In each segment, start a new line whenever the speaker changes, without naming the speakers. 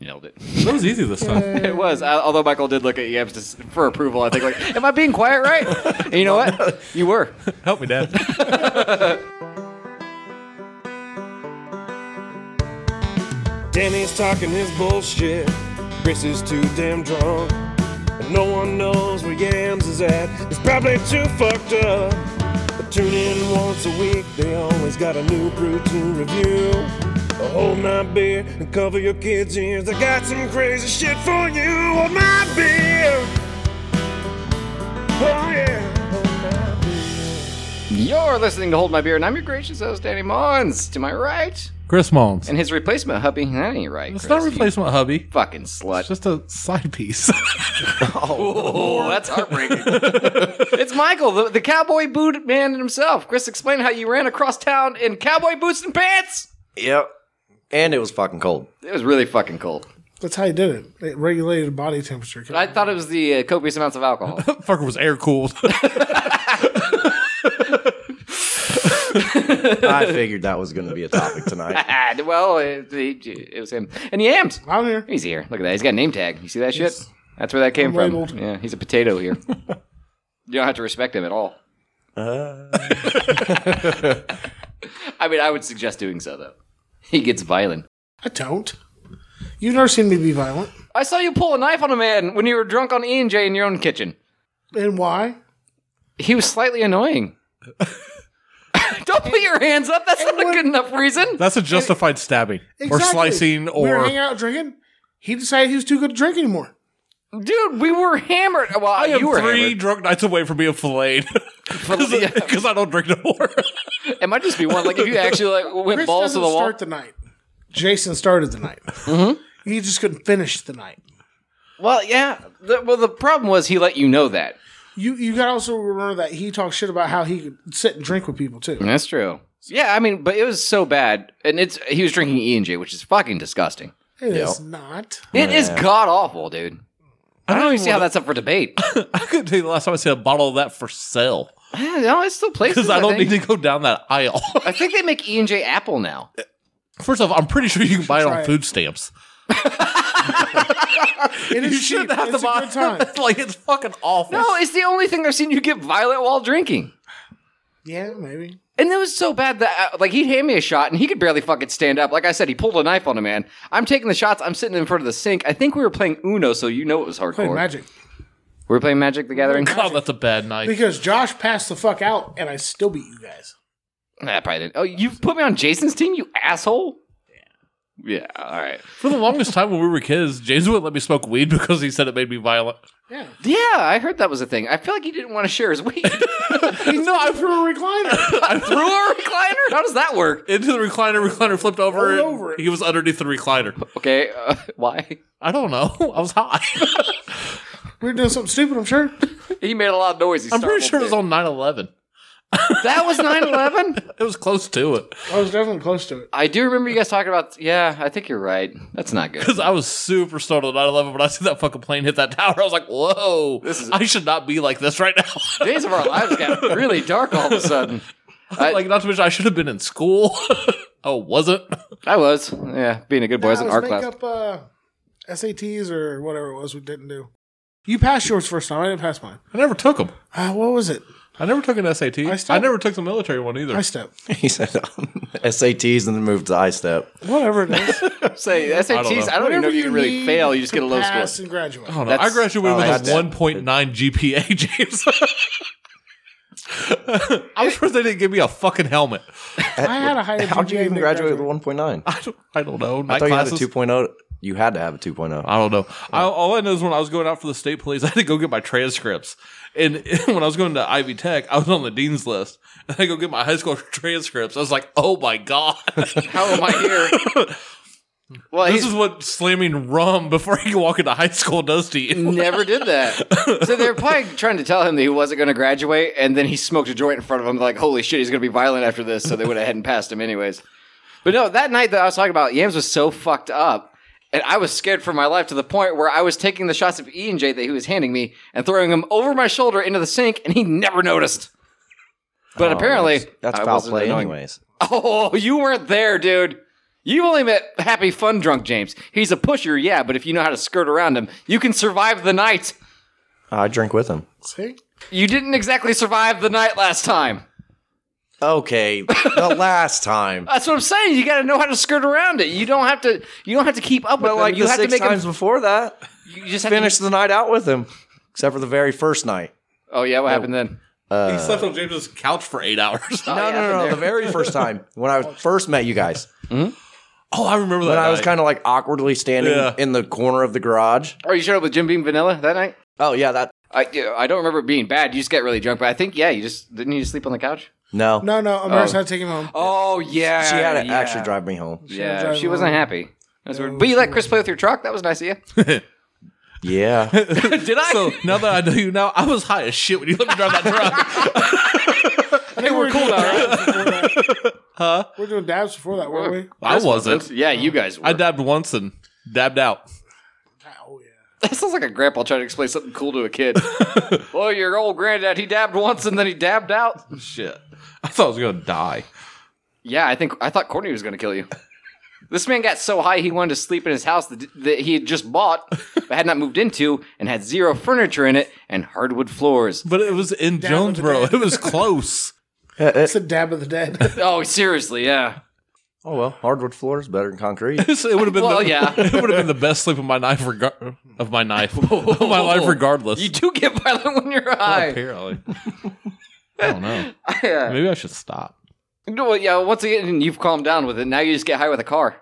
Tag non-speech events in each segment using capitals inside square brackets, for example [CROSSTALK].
nailed it.
That was easy this time.
It was, uh, although Michael did look at Yams to, s- for approval. I think, like, am I being quiet right? And you know what? You were.
Help me, Dad.
Danny's talking his bullshit. Chris is too damn drunk. And no one knows where Yams is at. He's probably too fucked up. But tune in once a week. They always got a new brew to review. A whole nine beer and cover your kids' ears. I got some crazy shit for you. Hold my beer. Oh yeah. Hold my beer.
You're listening to Hold My Beer, and I'm your gracious host, Danny Mons. To my right,
[LAUGHS] Chris Mullins.
and his replacement, Hubby. That ain't right.
It's
Chris,
not
you
replacement hubby.
Fucking slut.
It's just a side piece. [LAUGHS]
Oh, that's heartbreaking. [LAUGHS] it's Michael, the, the cowboy boot man himself. Chris, explain how you ran across town in cowboy boots and pants.
Yep. And it was fucking cold.
It was really fucking cold.
That's how you did it. It regulated body temperature.
I thought it was the uh, copious amounts of
[LAUGHS]
alcohol.
Fucker was air [LAUGHS] cooled.
I figured that was going to be a topic tonight.
Ah, well, it, it- it was him. And yams.
I'm here.
He's here. Look at that. He's got a name tag. You see that shit? That's where that came from.
I'm labeled.
Yeah, he's a potato
[LAUGHS]
here. you don't have to respect him at all.
Uh.
[LAUGHS] I mean, I would suggest doing so, though. He gets violent.
I don't. You've never seen me be violent.
I saw you pull a knife on a man when you were drunk on E and J in your own kitchen.
And why?
He was slightly annoying. [LAUGHS] don't put your hands up. That's not a good enough reason.
That's a justified stabbing or
Exactly.
slicing
we were
or.
hanging out drinking. He decided he was too good to drink anymore.
Dude, we were hammered. Well,
I am
you were
three
hammered.
drunk nights away from being filleted [LAUGHS] because I don't drink no more.
[LAUGHS] It might just be one. Like if you actually like went
Chris
balls to
doesn't
the wall.
start the night. Jason started the night. He just couldn't finish the night.
Well, yeah. The, well, the problem was he let you know that.
You you got to also remember that he talked shit about how he could sit and drink with people too.
That's true. Yeah, I mean, but it was so bad, and it's he was drinking E and J, which is fucking disgusting.
It
Yeah.
is not.
It is god awful, dude. I don't even see how that's up for debate.
[LAUGHS] I couldn't tell you the last time I said a bottle of that for sale
Eh, no, it's still places.
because I don't
think.
need to go down that aisle. [LAUGHS]
I think they make E and J Apple now.
First off, I'm pretty sure you can buy it
Try
on
it.
food stamps.
It is
You
cheap.
shouldn't have
it's
to buy
a good
[LAUGHS]
time.
it. like it's fucking awful.
No, it's the only thing I've seen you get violent while drinking.
yeah, maybe.
And it was so bad that uh, like he'd hand me a shot and he could barely fucking stand up. Like I said, he pulled a knife on a man. I'm taking the shots. I'm sitting in front of the sink. I think we were playing Uno, so you know it was hardcore.
Played magic
We were playing Magic the Gathering.
God, that's a bad night.
because Josh passed the fuck out, and I still beat you guys.
Nah, probably didn't. Oh, you put me on Jason's team, you asshole. Yeah. Yeah. All right.
For the longest time when we were kids, James wouldn't let me smoke weed because he said it made me violent.
Yeah,
Yeah, I heard that was a thing. I feel like he didn't want to share his [LAUGHS] weed.
no, I threw a recliner.
I
Through
threw
a recliner? How does that work?
into the recliner, [LAUGHS] recliner flipped over,
Rolled
and
over it.
he was underneath the recliner.
Okay. Uh, [LAUGHS] why?
I don't know. [LAUGHS] I was high.
we were doing something stupid. I'm sure.
He made a lot of noise. He
I'm pretty sure it
startled
was on 9-11.
me. That was 9/11.
It was close to it
I was definitely close to it.
I do remember you guys talking about. Yeah, I think you're right. That's not good.
because I was super startled at 9-11 when I see that fucking plane hit that tower. I was like, whoa,
This is-
I should not be like this right now. [LAUGHS]
Days of our lives got really dark all of a sudden. I-
like, not to mention [LAUGHS] I should have been in school. [LAUGHS] Oh, I wasn't.
I was. Yeah, being a good boy. I was in
Guys,
art
make
class.
up uh, SATs or whatever it was we didn't do. You passed yours first time. I didn't pass mine.
I never took them.
Uh, what was it?
I never took an SAT. I,
still-
never took the military one either.
I step.
[LAUGHS] he said um, SATs and then moved to I step.
[LAUGHS]
Whatever it is.
Say SATs. I
know.
don't, even know
Whatever
if you can really
need
fail. You just
to
get a low score.
pass and graduate.
I don't know. I
That's-
graduated
oh,
with
that's
a
it.
one point nine GPA, [LAUGHS] James. I'm sure they didn't give me a fucking helmet.
I had a higher GPA.
How would you even
than
graduate with 1.9? I
[LAUGHS] I don't, I don't know. Night
thought you had a
classes.
2.0. You had to have a oh.
Uh,
2.0.
I don't know. I, all I know is when I was going out for the state police, [LAUGHS] I had to go get my transcripts. And [LAUGHS] when I was going to Ivy Tech, I was on the dean's list. [LAUGHS] And I go get my high school [LAUGHS] transcripts. I was like, oh my god, [LAUGHS]
How am I here? Well,
this
he's
is what slamming rum before you can walk into high school does to you.
never did that. So they're probably trying to tell him that he wasn't going to graduate, and then he smoked a joint in front of him. Like, holy shit, he's going to be violent after this. So they went ahead and passed him anyways. But no, that night that I was talking about, Yams was so fucked up, and I was scared for my life to the point where I was taking the shots of E and J that he was handing me and throwing them over my shoulder into the sink, and he never noticed. But
Oh,
apparently,
that's, that's
I
foul
wasn't
play,
annoying.
anyways.
Oh, you weren't there, dude. You've only met happy, fun, drunk James. He's a pusher, yeah, but if you know how to skirt around him, you can survive the night.
I drink with him.
See?
You didn't exactly survive the night last time.
Okay, [LAUGHS] the last time.
That's what I'm saying. You got to know how to skirt around it. You don't have to. You don't have to keep up with
But
them.
like
you
the
have
six
to make
times
him.
before that,
You just have
finished
To,
the night out with him, except for the very first night.
oh yeah, what happened then?
[LAUGHS] he slept on James's couch for eight hours. [LAUGHS]
Oh,
No, no,
yeah, I've been
no,
there.
no. The very first
[LAUGHS]
time when I was first met you guys,
oh, I remember that.
when I was
night.
kind of like awkwardly standing
Yeah.
in the corner of the garage.
Oh, you showed up with Jim Beam Vanilla that night.
Oh yeah, that
I yeah, I don't remember it being bad. You just got really drunk, but I think yeah, you just didn't you just sleep on the couch?
no.
No, no, Amara's had to take him home.
Oh yeah,
She had to
yeah.
actually drive me home.
Yeah,
drive
she wasn't
home.
happy. That's weird. But you let Chris play with your truck. That was nice of you.
Yeah, [LAUGHS]
[LAUGHS] Did I? So now that I know you now, I was high as shit when you let me drive that
[LAUGHS]
truck.
hey, we're cool now, right?
[LAUGHS]
huh? We're doing dabs before that, weren't we?
I wasn't.
yeah, you guys. Were.
I dabbed once and dabbed out.
Oh yeah.
That sounds like a grandpa trying to explain something cool to
[LAUGHS]
a kid. well, your old granddad, he dabbed once and then he dabbed out.
Shit. I thought I was gonna die.
Yeah, I think I thought Courtney was going to kill you. This man got so high he wanted to sleep in his house that, that he had just bought, but had not moved into, and had zero furniture in it and hardwood
[LAUGHS]
floors.
But it was in
Dab with
Jonesboro.
the dab.
It was
[LAUGHS]
close.
Uh,
It's a dab of the dead.
Oh, seriously, yeah.
oh well, hardwood floor is better than concrete. [LAUGHS]
So it would have been.
Well,
the,
yeah.
It would have been the best sleep of my knife. Rega- of my
[LAUGHS]
knife. of my life, regardless.
You do get violent when you're high.
Apparently.
[LAUGHS]
I don't know.
Yeah.
Maybe I should stop.
No, well, yeah. Once again, you've calmed down with it. Now you just get high with a car.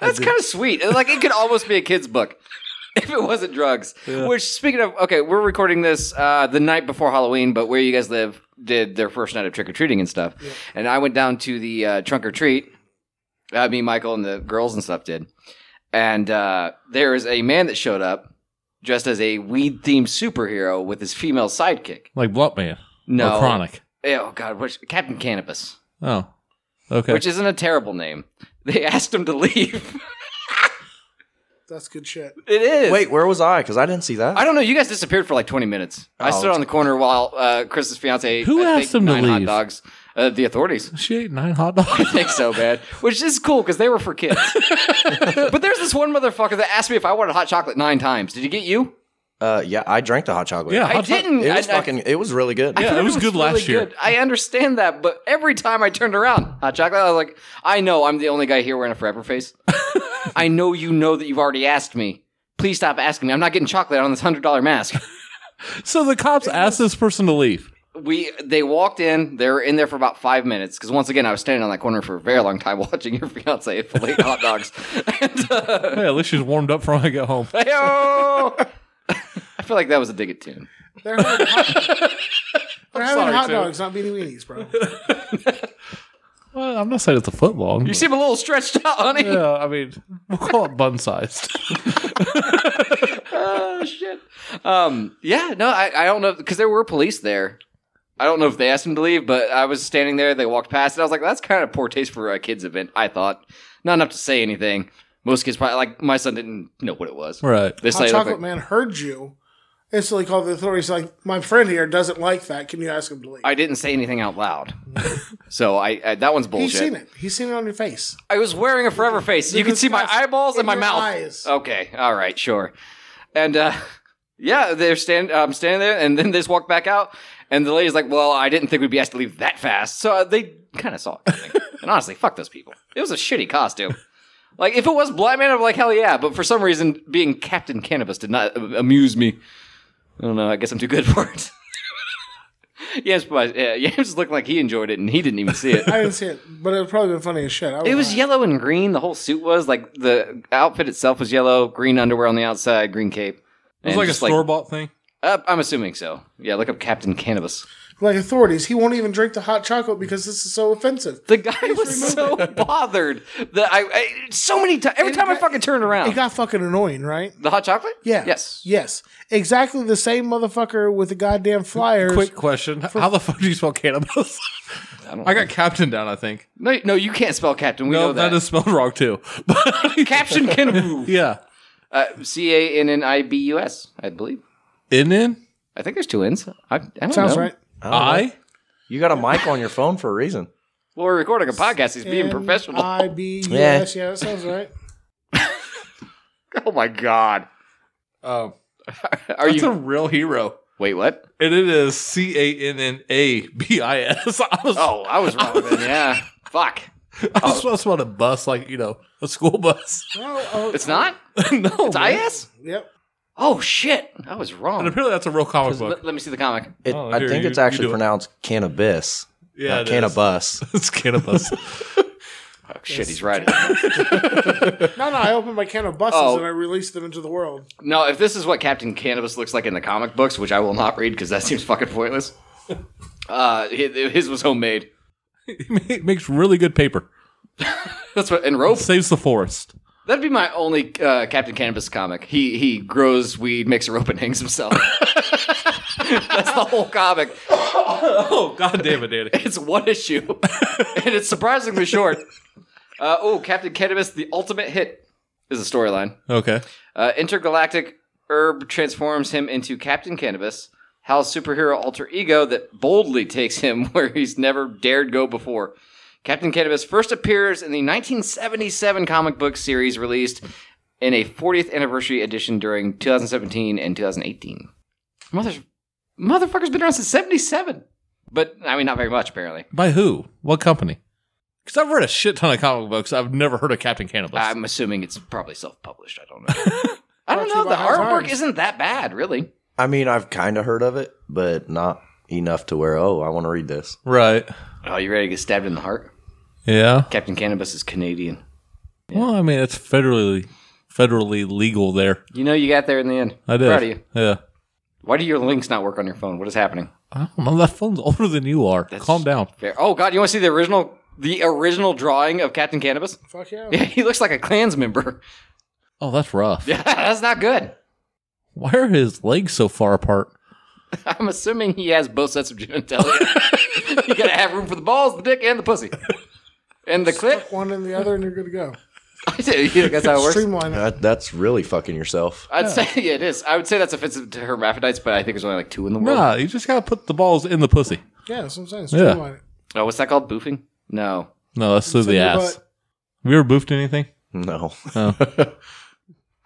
That's kind of sweet. It- Like it could almost be a kid's book [LAUGHS] if it wasn't drugs. Which, speaking of, okay, we're recording this uh, the night before Halloween, but where you guys live did their first night of trick or treating and stuff. And I went down to the uh, trunk or treat. Uh, me, Michael, and the girls and stuff did. And uh, there is a man that showed up dressed as a weed themed superhero with his female sidekick.
Like Blunt Man.
No,
Or Chronic.
Oh God, which Captain Cannabis
Oh. Okay.
which isn't a terrible name. [LAUGHS] They asked him to leave. [LAUGHS]
That's good shit.
It is.
Wait, where was I? Because I didn't see that.
I don't know. You guys disappeared for like 20 minutes.
Oh.
I stood on the corner while uh, Chris's fiance ate,
Who
I
asked him to
nine hot
leave?
dogs. Uh,
[LAUGHS]
the authorities.
she ate nine hot dogs. [LAUGHS]
I think so, man. Which is cool because they were for kids. but there's this one motherfucker that asked me if I wanted hot chocolate nine times. Did he get you?
Uh, yeah, I drank the hot chocolate.
Yeah.
I
Hot chocolate-
didn't.
it was
I- I-
fucking. It was really good.
I
Yeah,
thought
it was good last year.
I understand that, but every time I turned around, hot chocolate, I was like, I know I'm the only guy here wearing a forever [LAUGHS] face. I know you know that you've already asked me. Please stop asking me. I'm not getting chocolate on this hundred dollar [LAUGHS] mask.
so the cops asked this person to leave.
We they walked in. They were in there for about five minutes because once again I was standing on that corner for a very long time [LAUGHS] watching your fiance eat filet hot [LAUGHS] dogs. and, uh,
Hey, at least she's warmed up for when I get
[LAUGHS]
home.
hey-o! [LAUGHS] I feel like that was a dig at tune.
They're having
[LAUGHS]
hot, they're having
sorry,
hot
too.
dogs, not beanie weenies, bro.
Well, I'm not saying it's a foot long.
You seem a little stretched out, honey.
yeah, I mean, we'll call it bun
[LAUGHS]
sized.
oh shit. Um, yeah, no, I, I don't know because there were police there. I don't know if they asked him to leave, but I was standing there. They walked past, and I was like, "That's kind of poor taste for a kids' event." I thought, not enough to say anything. Most kids probably like my son didn't know what it was.
right.
This
Hot
lady looked
chocolate
like-
man heard you. Instantly called the authorities. Like my friend here doesn't like that. Can you ask him to leave?
I didn't say anything out loud, so I, I that one's bullshit.
He's seen it. He's seen it on your face.
I was wearing a forever face. You
Look
can
at
see my
us
eyeballs
in
and my
your
mouth.
eyes.
Okay, all right, sure. And uh, [LAUGHS] yeah, they're stand. I'm standing there, and then they just walk back out. And the lady's like, "Well, I didn't think we'd be asked to leave that fast." So uh, they kind of saw it
[LAUGHS]
coming. and honestly, fuck those people. It was a shitty costume. Like if it was Black Man, I'm like hell yeah. But for some reason, being Captain Cannabis did not uh, amuse me. I don't know. I guess I'm too good for it. [LAUGHS] Yams, but uh, [LAUGHS] yeah, Yams looked like he enjoyed it, and he didn't even see
[LAUGHS]
it.
I didn't see it, but it would probably been funny as shit. I
It
would've
was
laughed.
yellow and green. The whole suit was like the outfit itself was yellow, green underwear on the outside, green cape.
It was like a store bought thing.
Uh, I'm assuming so. Yeah, look up Captain Cannabis.
like authorities. He won't even drink the hot chocolate because this is so offensive.
The guy was so bothered that I, I so many times. Every
It
time I
got-
fucking turned around,
It got fucking annoying, right?
the hot chocolate.
Yeah.
Yes.
Yes. Exactly the same motherfucker with the goddamn flyers.
Quick question: How the fuck do you spell cannabis? I got Captain down. I think.
No, no, you can't spell Captain. We
No,
know that.
that
[LAUGHS]
is spelled [LAUGHS] wrong too.
Caption can
[LAUGHS] yeah.
uh, C A N N I B U S. I believe.
In in
I think there's two N's. I, I don't
Sounds
know.
right.
I don't know.
I.
You got a mic on your phone for a reason.
Well, we're recording a podcast. He's being professional. [LAUGHS]
I B U S. Yeah, that sounds right.
oh my god. [LAUGHS]
Um,
Are
that's
you?
a real hero.
Wait, what?
And it is C A N N A B I S. [LAUGHS] I was,
Oh, I was wrong. then. Yeah. [LAUGHS] Fuck.
I was supposed to want a bus, like, you know, a school bus. [LAUGHS]
Oh, oh,
It's not.
no.
It's
man.
IS. [LAUGHS]
Yep.
Oh shit. I was
And
wrong.
apparently that's a real comic
Let,
book.
let me see the comic.
It,
Oh,
I
here,
think
you-
it's
you
actually
do it.
pronounced cannabis,
Yeah,
not
it is.
cannabis.
[LAUGHS] It's [LAUGHS] cannabis.
Oh shit, he's right.
No, no. I opened my can of buses
Oh.
and I released them into the world.
no, if this is what Captain Cannabis looks like in the comic books, which I will not read because that seems fucking [LAUGHS] pointless. Uh, hi- his was homemade.
it makes really good paper.
That's what and rope.
Saves the forest. [LAUGHS]
That'd be my only uh, Captain Cannabis comic. He he grows weed, makes a rope, and hangs himself. [LAUGHS] That's the whole comic.
Oh, god damn it, Danny. [LAUGHS]
It's one issue, and it's surprisingly short. Uh, oh, Captain Cannabis, the ultimate hit is a storyline.
Okay.
Uh, intergalactic herb transforms him into Captain Cannabis, Hal's superhero alter ego that boldly takes him [LAUGHS] where he's never dared go before. Captain Cannabis first appears in the 1977 comic book series released in a 40th anniversary edition during 2017 and 2018. Mother's, motherfucker's been around since 77. But, I mean, not very much, apparently.
By who? What company? Because I've read a shit ton of comic books. I've never heard of Captain Cannabis.
I'm assuming it's probably self published. I don't know. [LAUGHS] I don't
Brought to
know.
you
The
by High
artwork
Times.
isn't that bad, really.
I mean, I've kind of heard of it, but not enough to where, oh, I want to read this.
right.
Oh, you ready to get stabbed in the heart?
Yeah.
Captain Cannabis is Canadian.
Well, I mean, it's federally federally legal there.
You know you got there in the end.
I did.
Proud of you.
Yeah.
Why do your links not work on your phone? What is happening?
I don't know. That phone's older than you are. Calm down.
Fair. Oh God, you want to see the original, the original drawing of Captain Cannabis? [LAUGHS]
Fuck yeah.
Yeah, he looks like a Klans member. [LAUGHS]
Oh, that's rough.
Yeah, that's not good.
Why are his legs so far apart?
I'm assuming he has both sets of genitalia. [LAUGHS] you gotta have room for the balls, the dick, and the pussy, and the clit. [LAUGHS]
Fuck one and the other, and you're good to go.
you think that's how it works?
Streamline it.
That, that's really fucking yourself. [LAUGHS]
I'd say [LAUGHS] yeah, it is. I would say that's offensive to hermaphrodites, but I think there's only like two in the world.
Nah, you just gotta put the balls in the pussy.
Yeah, that's what I'm saying.
Yeah.
Streamline it.
Oh, what's that called? Boofing? No. [LAUGHS]
No, that's through
It's in
the
your
ass.
butt.
Have you ever boofed anything?
No.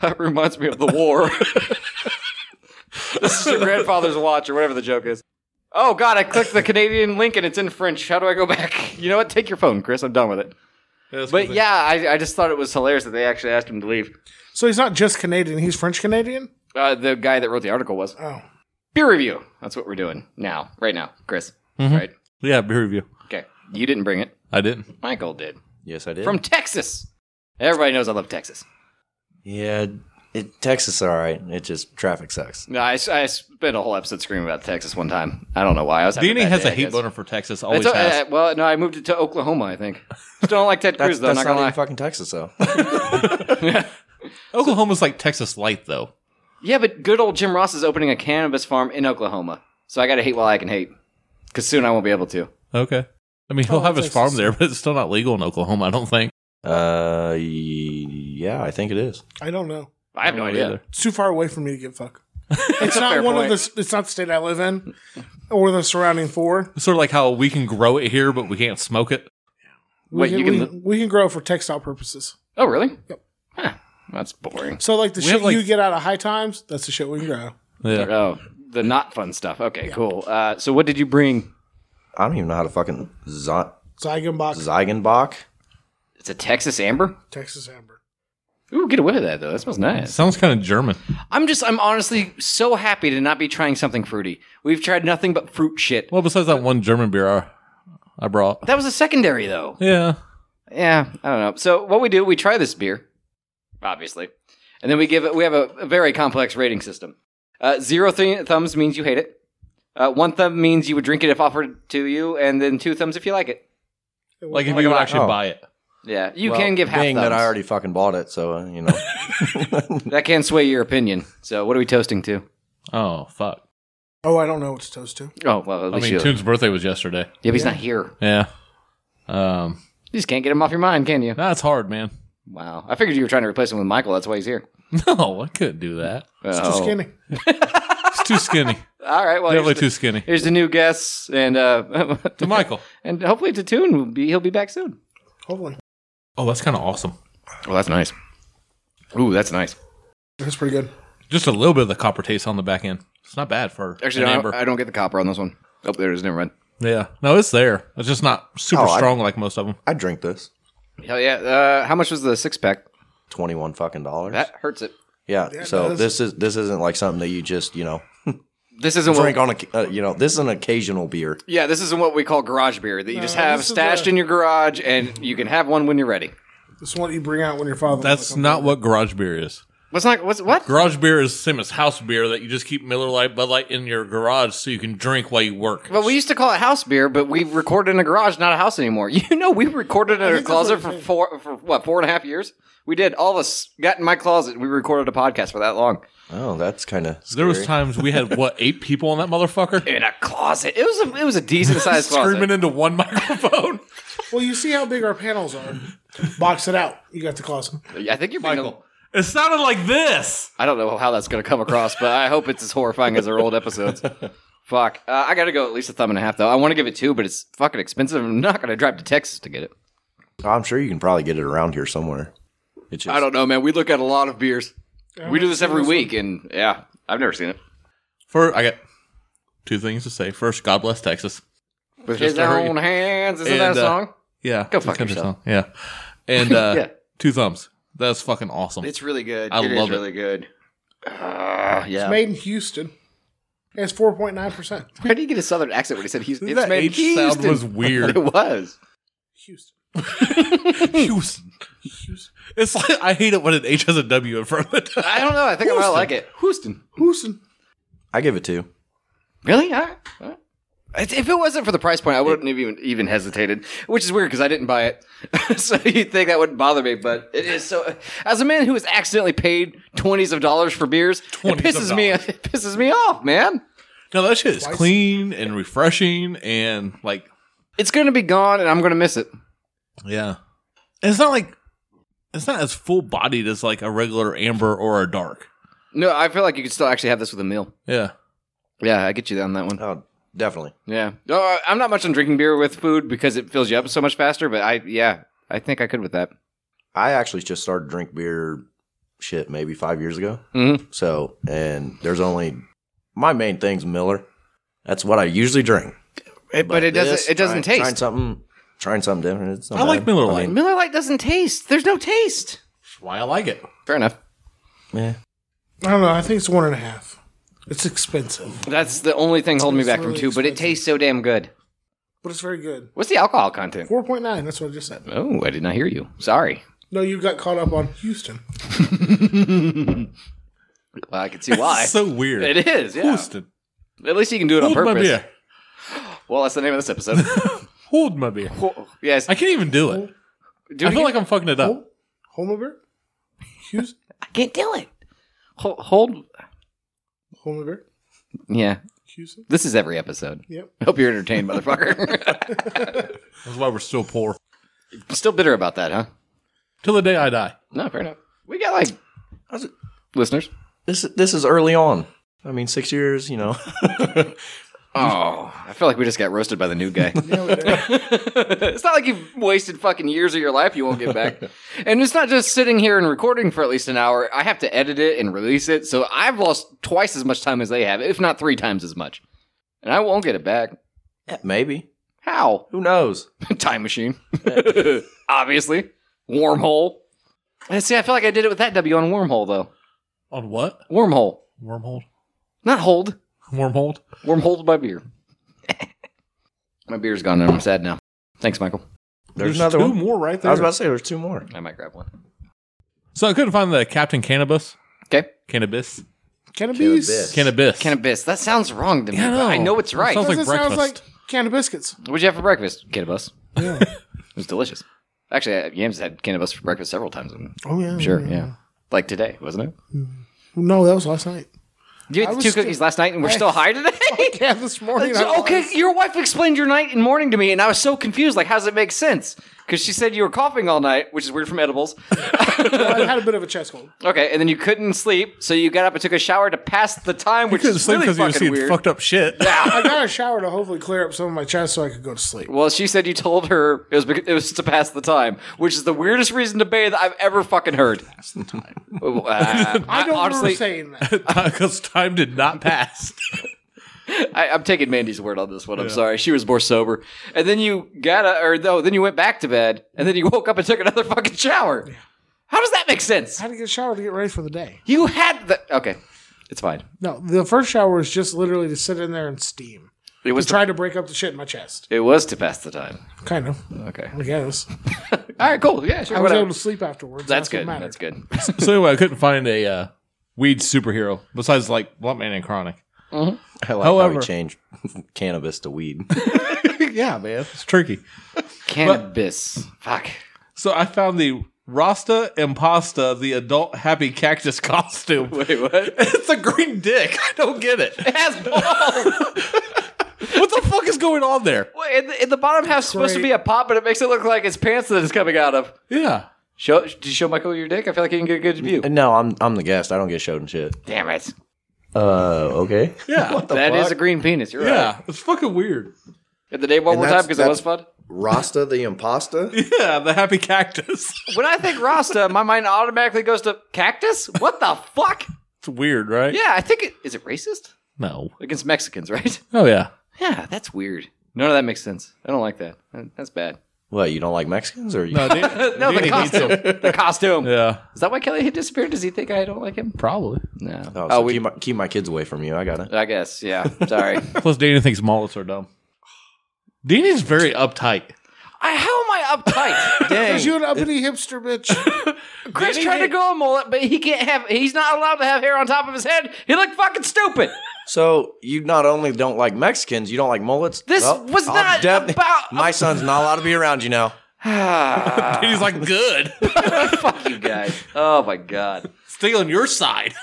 That reminds me of the war. [LAUGHS] this is your grandfather's watch or whatever the joke is. Oh god, I clicked the Canadian link and it's in French. How do I go back? [LAUGHS] You know what? Take your phone, Chris. I'm done with it. But yeah, I, I just thought it was hilarious that they actually asked him to leave.
So he's not just Canadian. He's French Canadian.
Uh, the guy that wrote the article was
Oh,
peer review. That's what we're doing now, right now, Chris. Right?
yeah, beer review.
Okay. You didn't bring it.
I didn't.
Michael did.
Yes, I did.
From Texas. Everybody knows I love Texas.
yeah, it, Texas, all right. It just traffic sucks.
No, I, I spent a whole episode screaming about Texas one time. I don't know why. I was. having
Deanie
bad
has
day,
a
I
hate
guess.
boner for Texas. Always
It's, uh,
has.
uh, well, no, I moved it to Oklahoma. I think. Still don't like Ted
[LAUGHS] That's,
Cruz though.
that's
Not
not
gonna
even
lie.
fucking Texas, though. [LAUGHS]
Oklahoma's like Texas light though.
yeah, but good old Jim Ross is opening a cannabis farm in Oklahoma, so I got to hate while I can hate. Because soon I won't be able to.
Okay. I mean, he'll
Oh,
have his
Texas.
farm there, but it's still not legal in Oklahoma. I don't think.
uh, y- yeah, I think it is.
I don't know.
I have no idea.
either.
It's too far away for me to give
[LAUGHS]
a fuck. It's
fair
not one
point.
of the. s- It's not the state I live in, or the surrounding four.
It's sort of like how we can grow it here, but we can't smoke it.
We
Wait,
can,
you can
we,
li-
we can grow for textile purposes.
Oh, really?
Yep.
Huh, that's boring.
So like the
We have,
shit
like-
you get out of high times, that's the shit we can grow.
Yeah.
Oh, the not fun stuff. Okay, cool. Uh, so what did you bring?
I don't even know how to fucking Zo-
Zygenbach,
Zeigenbach.
It's a Texas amber.
Texas amber.
Ooh, get away with that though. That smells nice.
Sounds kind of German.
I'm just. I'm honestly so happy to not be trying something fruity. We've tried nothing but fruit shit.
Well, besides that one German beer I, I brought.
That was a secondary though.
Yeah.
Yeah, I don't know. So what we do, we try this beer, obviously, and then we give it. We have a, a very complex rating system. Uh, zero th- thumbs means you hate it. Uh, one thumb means you would drink it if offered to you, and then two thumbs if you like it.
Like if you would actually
oh.
buy it.
Yeah, you
Well,
can give half
being
thumbs.
that I already fucking bought it, so uh, you know.
That can sway your opinion. So what are we toasting to?
Oh, fuck.
Oh, I don't know what to toast to.
Oh well, at
I
least
mean,
you.
Toon's birthday was yesterday.
yeah, but he's not here.
Yeah. Um,
You just can't get him off your mind, can you?
that's hard, man. [LAUGHS]
Wow, I figured you were trying to replace him with Michael. That's why he's here.
No, I couldn't do that.
Too
Oh.
skinny.
[LAUGHS]
It's too skinny.
All right. Well,
Definitely
here's the,
too
[LAUGHS]
skinny.
here's the new guests, and uh, [LAUGHS]
To Michael.
and hopefully Tatoon will be he'll be back soon.
Hopefully.
Oh, that's kind of awesome.
Well, Oh, that's nice. Ooh, that's nice.
That's pretty good.
Just a little bit of the copper taste on the back end. It's not bad for
Actually,
an
no, I
amber.
don't- I don't get the copper on this one. Oh, there it is. Never mind.
yeah, no, it's there. It's just not super
Oh, I-
strong like most of them.
[LAUGHS] I drink this.
Hell yeah. Uh, how much was the six pack?
Twenty one fucking dollars.
That hurts it.
yeah. So
that's-
this is this isn't like something that you just you know
This isn't
drink
what,
on a uh, you know this is an occasional beer.
yeah. This isn't what we call garage beer that you just
No,
have
this is uh,
stashed
a-
in your garage, and you can have one when you're ready.
This one you bring out when your father.
That's not what garage beer is.
What's not? What's what?
Garage beer is the same as house beer that you just keep Miller Lite, Bud Light in your garage so you can drink while you work.
Well, we used to call it house beer, but we recorded in a garage, not a house anymore. [LAUGHS] You know, we recorded in a
think that's
closet
what
for
it is.
four for what four and a half years. We did. All of us got in my closet. We recorded a podcast for that long
Oh, that's kind of
there was times we had what [LAUGHS] eight people on that motherfucker
in a closet. It was a it was a decent sized [LAUGHS]
screaming
closet.
into one [LAUGHS] microphone.
Well, you see how big our panels are. Box it out. You got the closet.
I think you're being a-
Michael, it sounded like this.
I don't know how that's going to come across, but I hope it's as horrifying as our old [LAUGHS] episodes. Fuck. Uh, I got to go at least a thumb and a half, though. I want to give it two, but it's fucking expensive. I'm not going to drive to Texas to get it.
I'm sure you can probably get it around here somewhere. It's just
I don't know, man. We look at a lot of beers. we do this every week, and yeah, I've never seen it.
For I got two things to say. First, God bless Texas.
With
Just
his
to hurry.
own hands. Isn't that
And,
a
uh,
song?
Yeah,
Go
it's a
fuck
country
yourself.
song. Yeah, and [LAUGHS] uh,
Yeah.
two thumbs. That's fucking awesome.
It's really good.
I
It is
love it.
really good. Ah, yeah.
Made in Houston. And it's 4.9%.
Where did he get a southern accent when he said he's it's
that
made
H
in
sound
Houston?
was [LAUGHS] weird.
[LAUGHS] it was.
Houston.
Houston. It's like I hate it when an H has a W in front of it. [LAUGHS]
I don't know. I think I might
Houston.
like it. Houston.
Houston.
I give it two.
Really? All right. All right. It's- If it wasn't for the price point, I wouldn't have even even hesitated. Which is weird because I didn't buy it, [LAUGHS] so you'd think that wouldn't bother me. But it is so. As a man who has accidentally paid twenties of dollars for beers, it
$20s of
pisses me
dollars.
[LAUGHS] it pisses me off, man.
No, that shit is clean and refreshing and like
It's gonna be gone, and I'm gonna miss it.
yeah. And it's not like it's not as full bodied as like a regular amber or a dark.
No, I feel like you could still actually have this with a meal.
Yeah.
Yeah, I get you on that one.
Oh, definitely.
Yeah. No, I- I'm not much on drinking beer with food because it fills you up so much faster. But I, yeah, I think I could with that.
I actually just started to drink beer, shit, maybe five years ago.
Mhm.
So, and there's only my main thing's Miller. That's what I usually drink.
It- but, it doesn't.
this,
it doesn't
trying-
taste.
Trying something, trying something different. It's not
I like
bad.
Miller
I
Lite.
mean,
Miller Lite doesn't taste. There's no taste.
That's why I like it.
Fair enough.
eh.
I don't know. I think it's one and a half. It's expensive,
That's the only thing holding me
It's
back from
really
two, but it
expensive.
tastes so damn good.
but it's very good.
What's the alcohol content?
4.9. That's what I just said.
Oh, I did not hear you. Sorry.
No, you got caught up on Houston.
Well, I can see
[LAUGHS]
why.
It's so weird.
it is. Yeah.
Houston.
At least you can do it on
Hold my
purpose.
beer.
Well, that's the name of
[LAUGHS]
this episode.
Hold my beer.
Cool. yes.
I can't even do it. I
do it
feel
again.
like I'm fucking it up.
Homelberg? Houston? [LAUGHS]
I can't do it. Hold, hold.
Homelberg?
Yeah.
Houston?
This is every episode.
Yep.
[LAUGHS] Hope you're entertained,
[LAUGHS]
motherfucker. [LAUGHS]
That's why we're still poor.
Still bitter about that, huh?
Till the day I die.
No, fair enough. We got like
How's it-
listeners.
This this is early on. I mean, six years. You
[LAUGHS]
know,
Oh, I feel like we just got roasted by the new guy.
Yeah, we did.
it's not like you've wasted fucking years of your life you won't get [LAUGHS] back. and it's not just sitting here and recording for at least an hour. I have to edit it and release it. So I've lost twice as much time as they have, if not three times as much. And I won't get it back.
Eh, maybe.
How? [LAUGHS]
Who knows?
time machine. [LAUGHS] Obviously. Wormhole. And see, I feel like I did it with that W on wormhole, though.
On what?
Wormhole.
Wormhold.
Not hold.
Wormhold.
Wormhole by [LAUGHS] beer. My beer's gone and I'm sad now. Thanks, Michael.
There's, another
two
one.
more right
I
there.
was about to say there's two more.
I might grab one.
so I couldn't find the Captain Cannabis.
Okay.
Cannabis.
Cannabis.
Cannabis.
Cannabis. That sounds wrong to me.
Yeah, I
but I
know.
know it's
That
right.
sounds like
Because it sounds like
breakfast.
cannabiscuits.
What'd you have for breakfast? Cannabis. [LAUGHS]
Yeah.
It was delicious. Actually, I- Yams had cannabis for breakfast several times. I'm
Oh, yeah.
sure. Yeah. Like today, wasn't it?
No, that was last night.
You
I
ate the
was
two
still-
cookies last night and we're still high today?
Yeah, this morning.
So, [LAUGHS]
I
okay,
was.
your wife explained your night and morning to me, and I was so confused. Like, how does it make sense? because she said you were coughing all night, which is weird from edibles.
I had a bit of a chest cold.
Okay, and then you couldn't sleep, so you got up and took a shower to pass the time, which
Couldn't
is
sleep
really
because you were
fucking
seeing
weird.
fucked up shit.
[LAUGHS]
I got a shower to hopefully clear up some of my chest so I could go to sleep.
Well, she said you told her it was bec- it was to pass the time, which is the weirdest reason to bathe I've ever fucking heard. Pass [LAUGHS] the time.
I
I
don't
honestly,
remember saying
[LAUGHS]
that.
Because time did not pass.
I, I'm taking Mandy's word on this one. I'm sorry, she was more sober. And then you got a, or no, then you went back to bed, and then you woke up and took another fucking shower. How does that make sense?
I had to get a shower to get ready for the day.
You had the okay, it's fine.
No, the first shower was just literally to sit in there and steam.
It was
To try to break up the shit in my chest.
it was to pass the time.
Kind of,
Okay,
I guess.
all right, cool. Yeah, sure.
I was
whatever.
able to sleep afterwards.
That's
what
good.
mattered.
That's
[LAUGHS]
good.
so anyway, I couldn't find a uh, weed superhero besides like Blunt Man and Chronic.
I like how we
However-
changed [LAUGHS] cannabis to weed. [LAUGHS]
yeah, man, it's tricky.
Cannabis. Fuck.
So I found the Rasta Impasta, the adult happy cactus [LAUGHS] costume.
Wait, what?
[LAUGHS] It's a green dick. I don't get it.
It has balls.
[LAUGHS] What the fuck is going on there?
Well, in the, in the bottom half's supposed to be a pop, but it makes it look like it's pants that it's coming out of.
Yeah.
Show, did you show Michael your dick? I feel like you can get a good view.
And no, I'm I'm the guest. I don't get showed and shit.
Damn it.
Uh,
that
[LAUGHS]
okay.
Yeah.
is a green penis. You're right.
yeah. It's fucking weird. [LAUGHS]
Get the name one
And
more time
that's-
because it was
that's-
fun.
Rasta the Impasta.
Yeah, the happy cactus.
When I think Rasta, my mind automatically goes to cactus. What the fuck?
It's weird, right?
Yeah, I think it is it racist
No.
against Mexicans, right? [LAUGHS]
Oh yeah.
Yeah, that's weird. None of that makes sense. I don't like that. That's bad.
what you don't like Mexicans or you?
[LAUGHS] No, the costume. The
[LAUGHS]
costume.
yeah.
Is that why Kelly had disappeared? Does he think I don't like him?
Probably.
No.
Oh,
Oh,
so
we.
keep, my, keep my kids away from you. I got it.
I guess. Yeah. Sorry.
Plus, Danny thinks mullets are dumb. Danny's very uptight.
[LAUGHS] I, how am I uptight?
[LAUGHS]
Because
Dang.
you an uppity hipster bitch. [LAUGHS]
Chris tried to go a mullet, but he can't have. He's not allowed to have hair on top of his head. He looked fucking stupid.
So you not only don't like Mexicans, you don't like mullets.
This was
I'll
not
[LAUGHS]
about-
My son's not allowed to be around you now.
Ah,
Danny's like, good.
fuck [LAUGHS] you guys. Oh my god.
Stay on your side.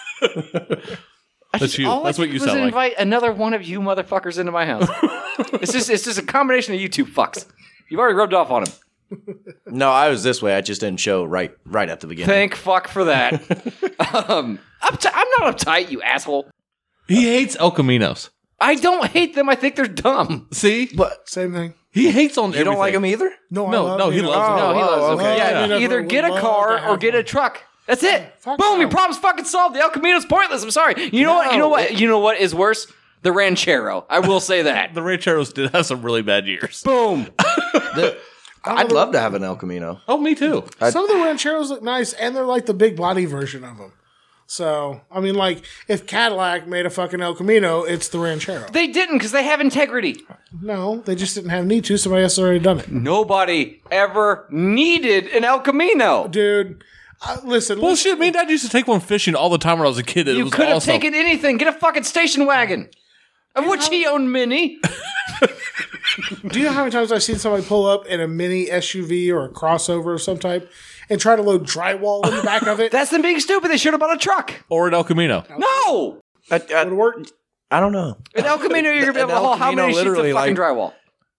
that's you.
All I
That's what
did
you
was
sound like.
Invite another one of you motherfuckers into
[LAUGHS]
my house. it's just it's just a combination of you two fucks. You've already rubbed off on him.
No, I was this way. I just didn't show right right at the beginning.
Thank fuck
[LAUGHS]
for that. um, upti- I'm not uptight, you asshole.
He hates El Caminos.
I don't hate them. I think they're dumb.
See?
Same thing.
He hates on
you don't like them either.
No,
No,
I love
no, he
you.
loves it.
No, he
oh,
loves them.
okay.
Yeah,
Yeah.
either get a
Love
car
to have
or get a
one.
truck. That's it.
Fuck
Boom, your
no.
problem's fucking solved. The El Camino's pointless. I'm sorry. You know what? You know what? You know what is worse? The Ranchero. I will say
[LAUGHS]
that.
The Rancheros did have some really bad years.
Boom.
I'd love to have an El Camino.
Oh, me too.
Some of the rancheros look nice, and they're like the big body version of them. So, I mean, like, if Cadillac made a fucking El Camino, it's the ranchero.
They didn't because they have integrity.
No, they just didn't have need to. Somebody else already done
Mm-hmm.
it.
Nobody ever needed an El Camino.
Dude, uh, listen.
Bullshit. Me and Dad used to take one fishing all the time when I was a kid. and it
You
was
could have
awesome.
taken anything. Get a fucking station wagon. Of which he owned many.
Do you know how many times I've seen somebody pull up in a mini SUV or a crossover of some type and try to load drywall in the back
[LAUGHS]
of it?
That's them being stupid. They should have bought a truck.
or an El Camino.
No.
I, I,
would work.
I don't know.
An El Camino, you're gonna be
An
able to
El
haul how
Camino
many sheets of
literally,
fucking
like-
drywall?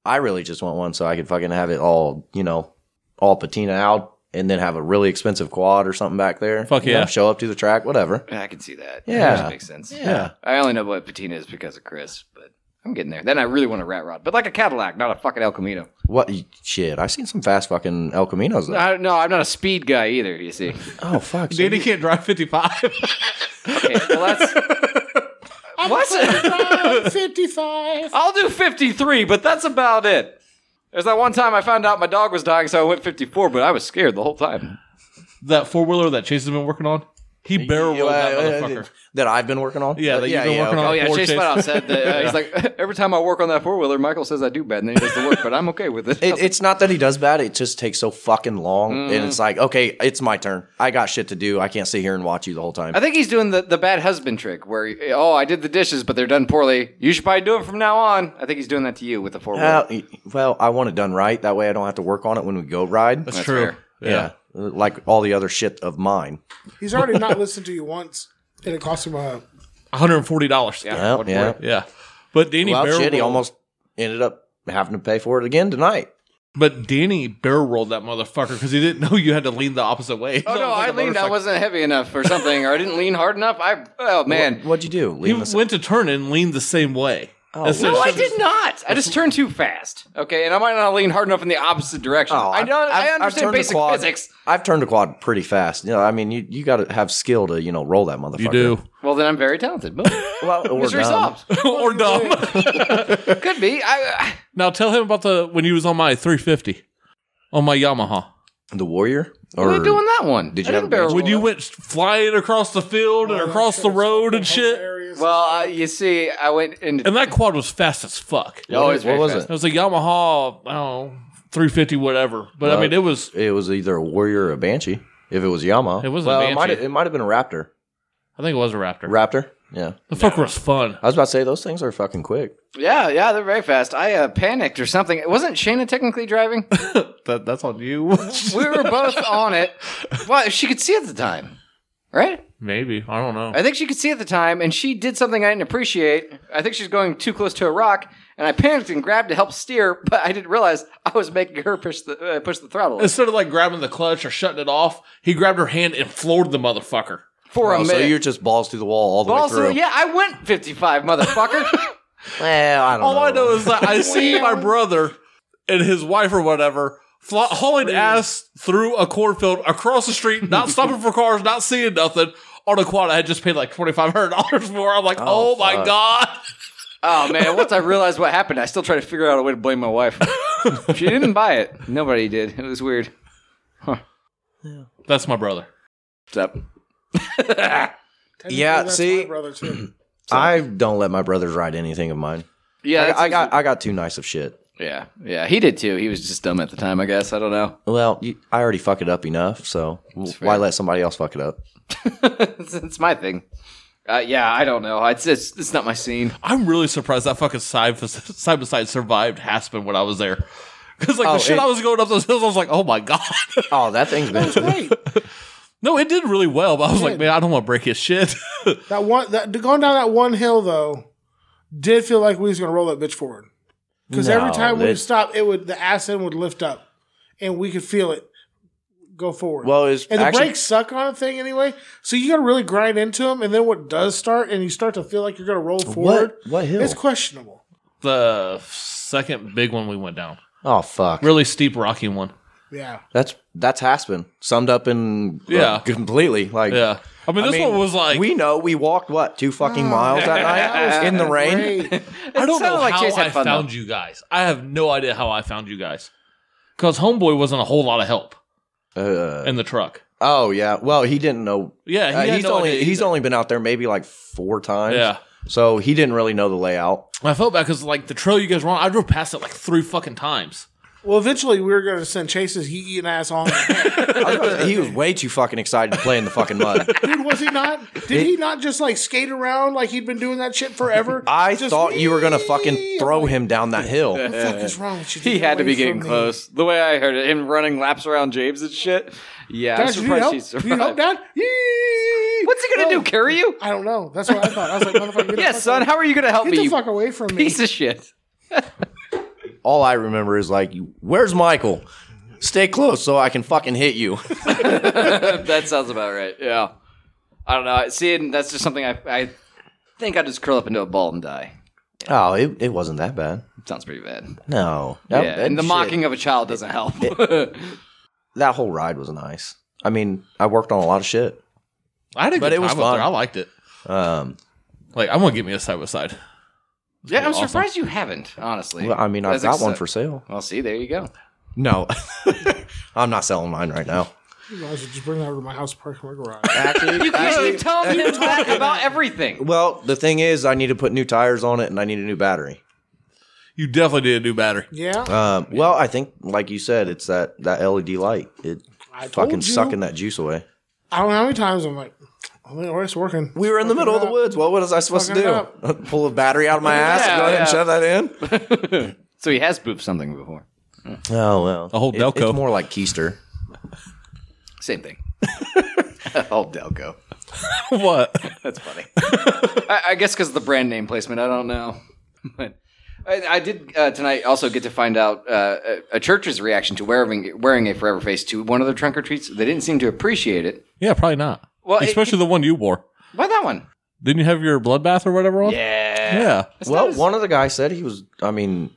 I really just want one so I could fucking have it all, you know, all patina out, and then have a really expensive quad or something back there.
Fuck
You know,
yeah.
show up to the track, whatever.
I can see that.
Yeah.
that makes sense.
Yeah.
I only know what patina is because of Chris, but I'm getting there. Then I really want a rat rod, but like a Cadillac, not a fucking El Camino.
What shit? I've seen some fast fucking El Caminos. Though.
I, no, I'm not a speed guy either. You see,
oh fuck! so
Danny can't drive
[LAUGHS]
55.
okay, well that's what?
Uh, 55.
I'll do 53, but that's about it. There's that one time I found out my dog was dying, so I went 54, but I was scared the whole time.
that four wheeler that Chase has been working on, he barrel rolled that motherfucker.
uh, That I've been working on.
Yeah, that you've been working
Oh
on.
yeah,
Poor
Chase
Chase.
flat out said that. Uh, He's like, every time I work on that four wheeler, Michael says I do bad, and then he does the work, but I'm okay with it.
It, it's not that he does bad; it just takes so fucking long, and
Mm.
it's like, okay, it's my turn. I got shit to do. I can't sit here and watch you the whole time.
I think he's doing the, the bad husband trick where, oh, I did the dishes, but they're done poorly. You should probably do it from now on. I think he's doing that to you with the four wheeler.
Well, Uh, y- well, I want it done right. That way, I don't have to work on it when we go ride.
That's true.
fair.
Yeah.
yeah, like all the other shit of mine.
He's already not listened to you once, and it cost him
[LAUGHS]
a.
$140. Yeah.
Yeah, yeah.
Yeah. But Danny
Well,
barrel
shit, he
rolled-
almost ended up having to pay for it again tonight.
But Danny barrel rolled that motherfucker because he didn't know you had to lean the opposite way. [LAUGHS]
Oh
So it
no,
was like a
I leaned. I
motorcycle.
wasn't heavy enough or something, or I didn't lean hard enough. I oh man,
What'd you do?
He
Leave us.
went to turn and leaned the same way. Instead of
Oh, no, I
shoving-
did not. I just turned too fast. Okay, and I might not lean hard enough in the opposite direction. I don't.
Oh, I've-
I
I've- I've
understand
turned a
basic
quad-
physics.
I've turned a quad pretty fast. You know, I mean, you, you got to have skill to you know roll that motherfucker.
You do.
Well, then I'm very talented. Boom.
Well, or
Mystery
dumb.
[LAUGHS]
solved.
or dumb.
Could be. I,
now tell him about the when he was on my 350 on my Yamaha.
The warrior.
I
Or
we doing that one.
Did
I
you have
didn't
a
barrel
When you
roll.
went flying across the field and across the road and shit.
Hilarious.
Well, uh, you see, I went into.
And that quad was fast as fuck. It
Oh, it's
what
very
was
fast.
was a Yamaha, I don't know, 350, whatever. But I mean, it was.
it? It was either a warrior or a banshee. If it was Yamaha,
It wasn't
Well,
a
It might,
banshee.
have, it might have been a raptor.
I think it was a Raptor.
Raptor. Yeah.
the fucker was fun.
I was about to say those things are fucking quick.
Yeah, yeah, they're very fast. I uh, panicked or something. Wasn't Shayna technically
[LAUGHS]
driving?
That, that's on you.
we were both on it. Well, she could see at the time, right?
Maybe I don't know.
I think she could see at the time, and she did something I didn't appreciate. I think she's going too close to a rock, and I panicked and grabbed to help steer, but I didn't realize I was making her push the uh, push the throttle
Instead of like grabbing the clutch or shutting it off, he grabbed her hand and floored the motherfucker.
for a
Oh, so
minute.
you're just balls through the wall all the
Balls
way
to-
through.
yeah, I went 55,
[LAUGHS]
motherfucker.
Well, I don't
All
know.
I know is that I see my brother and his wife or whatever fla hauling ass through a cornfield across the street, not stopping for cars, not seeing nothing. On a quad, I had just paid like twenty five hundred dollars for. I'm like, oh,
Oh,
my
fuck.
god!
oh man, once I realized what happened, I still try to figure out a way to blame my wife. she didn't buy it. Nobody did. It was weird.
That's my brother.
What's up?
Technically,
yeah,
Oh, that's
see-
my brother too.
I don't let my brothers ride anything of mine.
Yeah,
I,
that's-
I got I got too nice of shit.
Yeah, yeah, he did too. He was just dumb at the time, I guess. I don't know. [LAUGHS]
Well, you, I already fuck it up enough, so why let somebody else fuck it up?
it's, it's my thing. Uh, yeah, I don't know. It's, it's it's not my scene.
I'm really surprised that fucking side side by side survived Aspen when I was there. Because like
Oh,
the shit
it-
I was going up those hills, I was like, oh my god. [LAUGHS]
Oh, that thing's been
Great.
no, it did really well, but I was like, man, I don't want to break his shit. [LAUGHS]
That one, that going down that one hill though, did feel like we was gonna roll that bitch forward. Because every
No,
time we
that-
stopped, it would the acid would lift up, and we could feel it go forward.
well. It's
and the
actually,
brakes suck on a thing anyway, so you gotta really grind into them. And then what does start, and you start to feel like you're gonna roll forward.
What what hill?
It's questionable.
the second big one we went down,
[LAUGHS] oh fuck!
really steep, rocky one.
Yeah,
That's that's Haspen summed up in
Yeah.
completely like
Yeah, I mean,
I
this
mean,
one was like
we know we walked what two fucking miles that
[LAUGHS]
night in the rain.
Great.
I don't know
sounded like
how
Chase had
I
fun, though.
found you guys. I have no idea how I found you guys because Homeboy wasn't a whole lot of help
Uh,
in the truck.
oh yeah. Well, he didn't know.
Yeah, he
Uh,
had
he's
no
only
idea
he's
either.
only been out there maybe like four times.
Yeah.
So he didn't really know the layout.
I felt bad because like the trail you guys were on, I drove past it like three fucking times.
Well, eventually we were gonna send Chase's he eating
[LAUGHS]
ass on.
[LAUGHS] I was- he was way too fucking excited to play in the fucking mud.
Dude, was he not? Did he not just like skate around like he'd been doing that shit forever?
[LAUGHS] I
Just
thought you were gonna
wee-
fucking throw him down that hill.
What the fuck is wrong with you?
He
Get
had to
away
be getting
from me.
close. The way I heard it, him running laps around James and shit. Yeah,
Dad,
I'm
did you
surprised he
help?
survived.
You help, Dad? Yee!
What's he gonna
No,
do? Carry you?
I don't know. That's what I thought. I was like,
[LAUGHS]
motherfucker, get the
Yes,
fuck
son.
away-
How are you gonna help
Get
me?
the
you
fuck away from me.
piece of shit. [LAUGHS]
All I remember is like, "Where's Michael? Stay close so I can fucking hit you." [LAUGHS]
that sounds about right. Yeah. I don't know. Seeing that's just something I I think I just curl up into a ball and die.
Oh, it, it wasn't that bad.
Sounds pretty bad.
No, That-
yeah,
that
and the
shit-
mocking of a child doesn't help. [LAUGHS]
that whole ride was nice. I mean, I worked on a lot of shit.
I had a good
But it
time
was
up there.
fun.
I liked it.
Um,
Like I want to get me a side by side.
yeah, I'm
Awesome.
surprised you haven't. Honestly,
well, I mean, I've
That's
got one
accept-
for sale.
Well, see, there you go.
No, [LAUGHS] I'm not selling mine right now.
You guys would "Oh, just bring that over to my house, park in my
[LAUGHS]
garage.
Actually,
You can't keep telling him that about everything.
well, the thing is, I need to put new tires on it, and I need a new battery.
You definitely need a new battery.
Yeah,
Uh,
Um, well, I think, like you said, it's that that LED light. It
I told
fucking
you.
sucking that juice away.
I don't know how many times I'm like, "Oh, I mean, it's working.
We were in the middle of the
up.
woods. What was I supposed
Fucking
to do? [LAUGHS] Pull a battery
[LAUGHS]
out of my ass and go ahead and
yeah.
shove that in?
So he has booped something before.
Oh well,
A whole
It-
Delco.
it's more like Keister.
Same
[LAUGHS]
thing. Old Delco.
[LAUGHS] What?
[LAUGHS] That's funny. I, I guess because the brand name placement. I don't know. [LAUGHS] But I, I did uh, tonight also get to find out uh, a, a church's reaction to wearing wearing a forever face to one of their trunk or treats. They didn't seem to appreciate it.
Yeah, probably not.
Well, it-
especially the one you wore.
Why that one?
Didn't you have your bloodbath or whatever on?
Yeah.
Yeah.
It's not
Well,
as-
one of the guys said he was. I mean,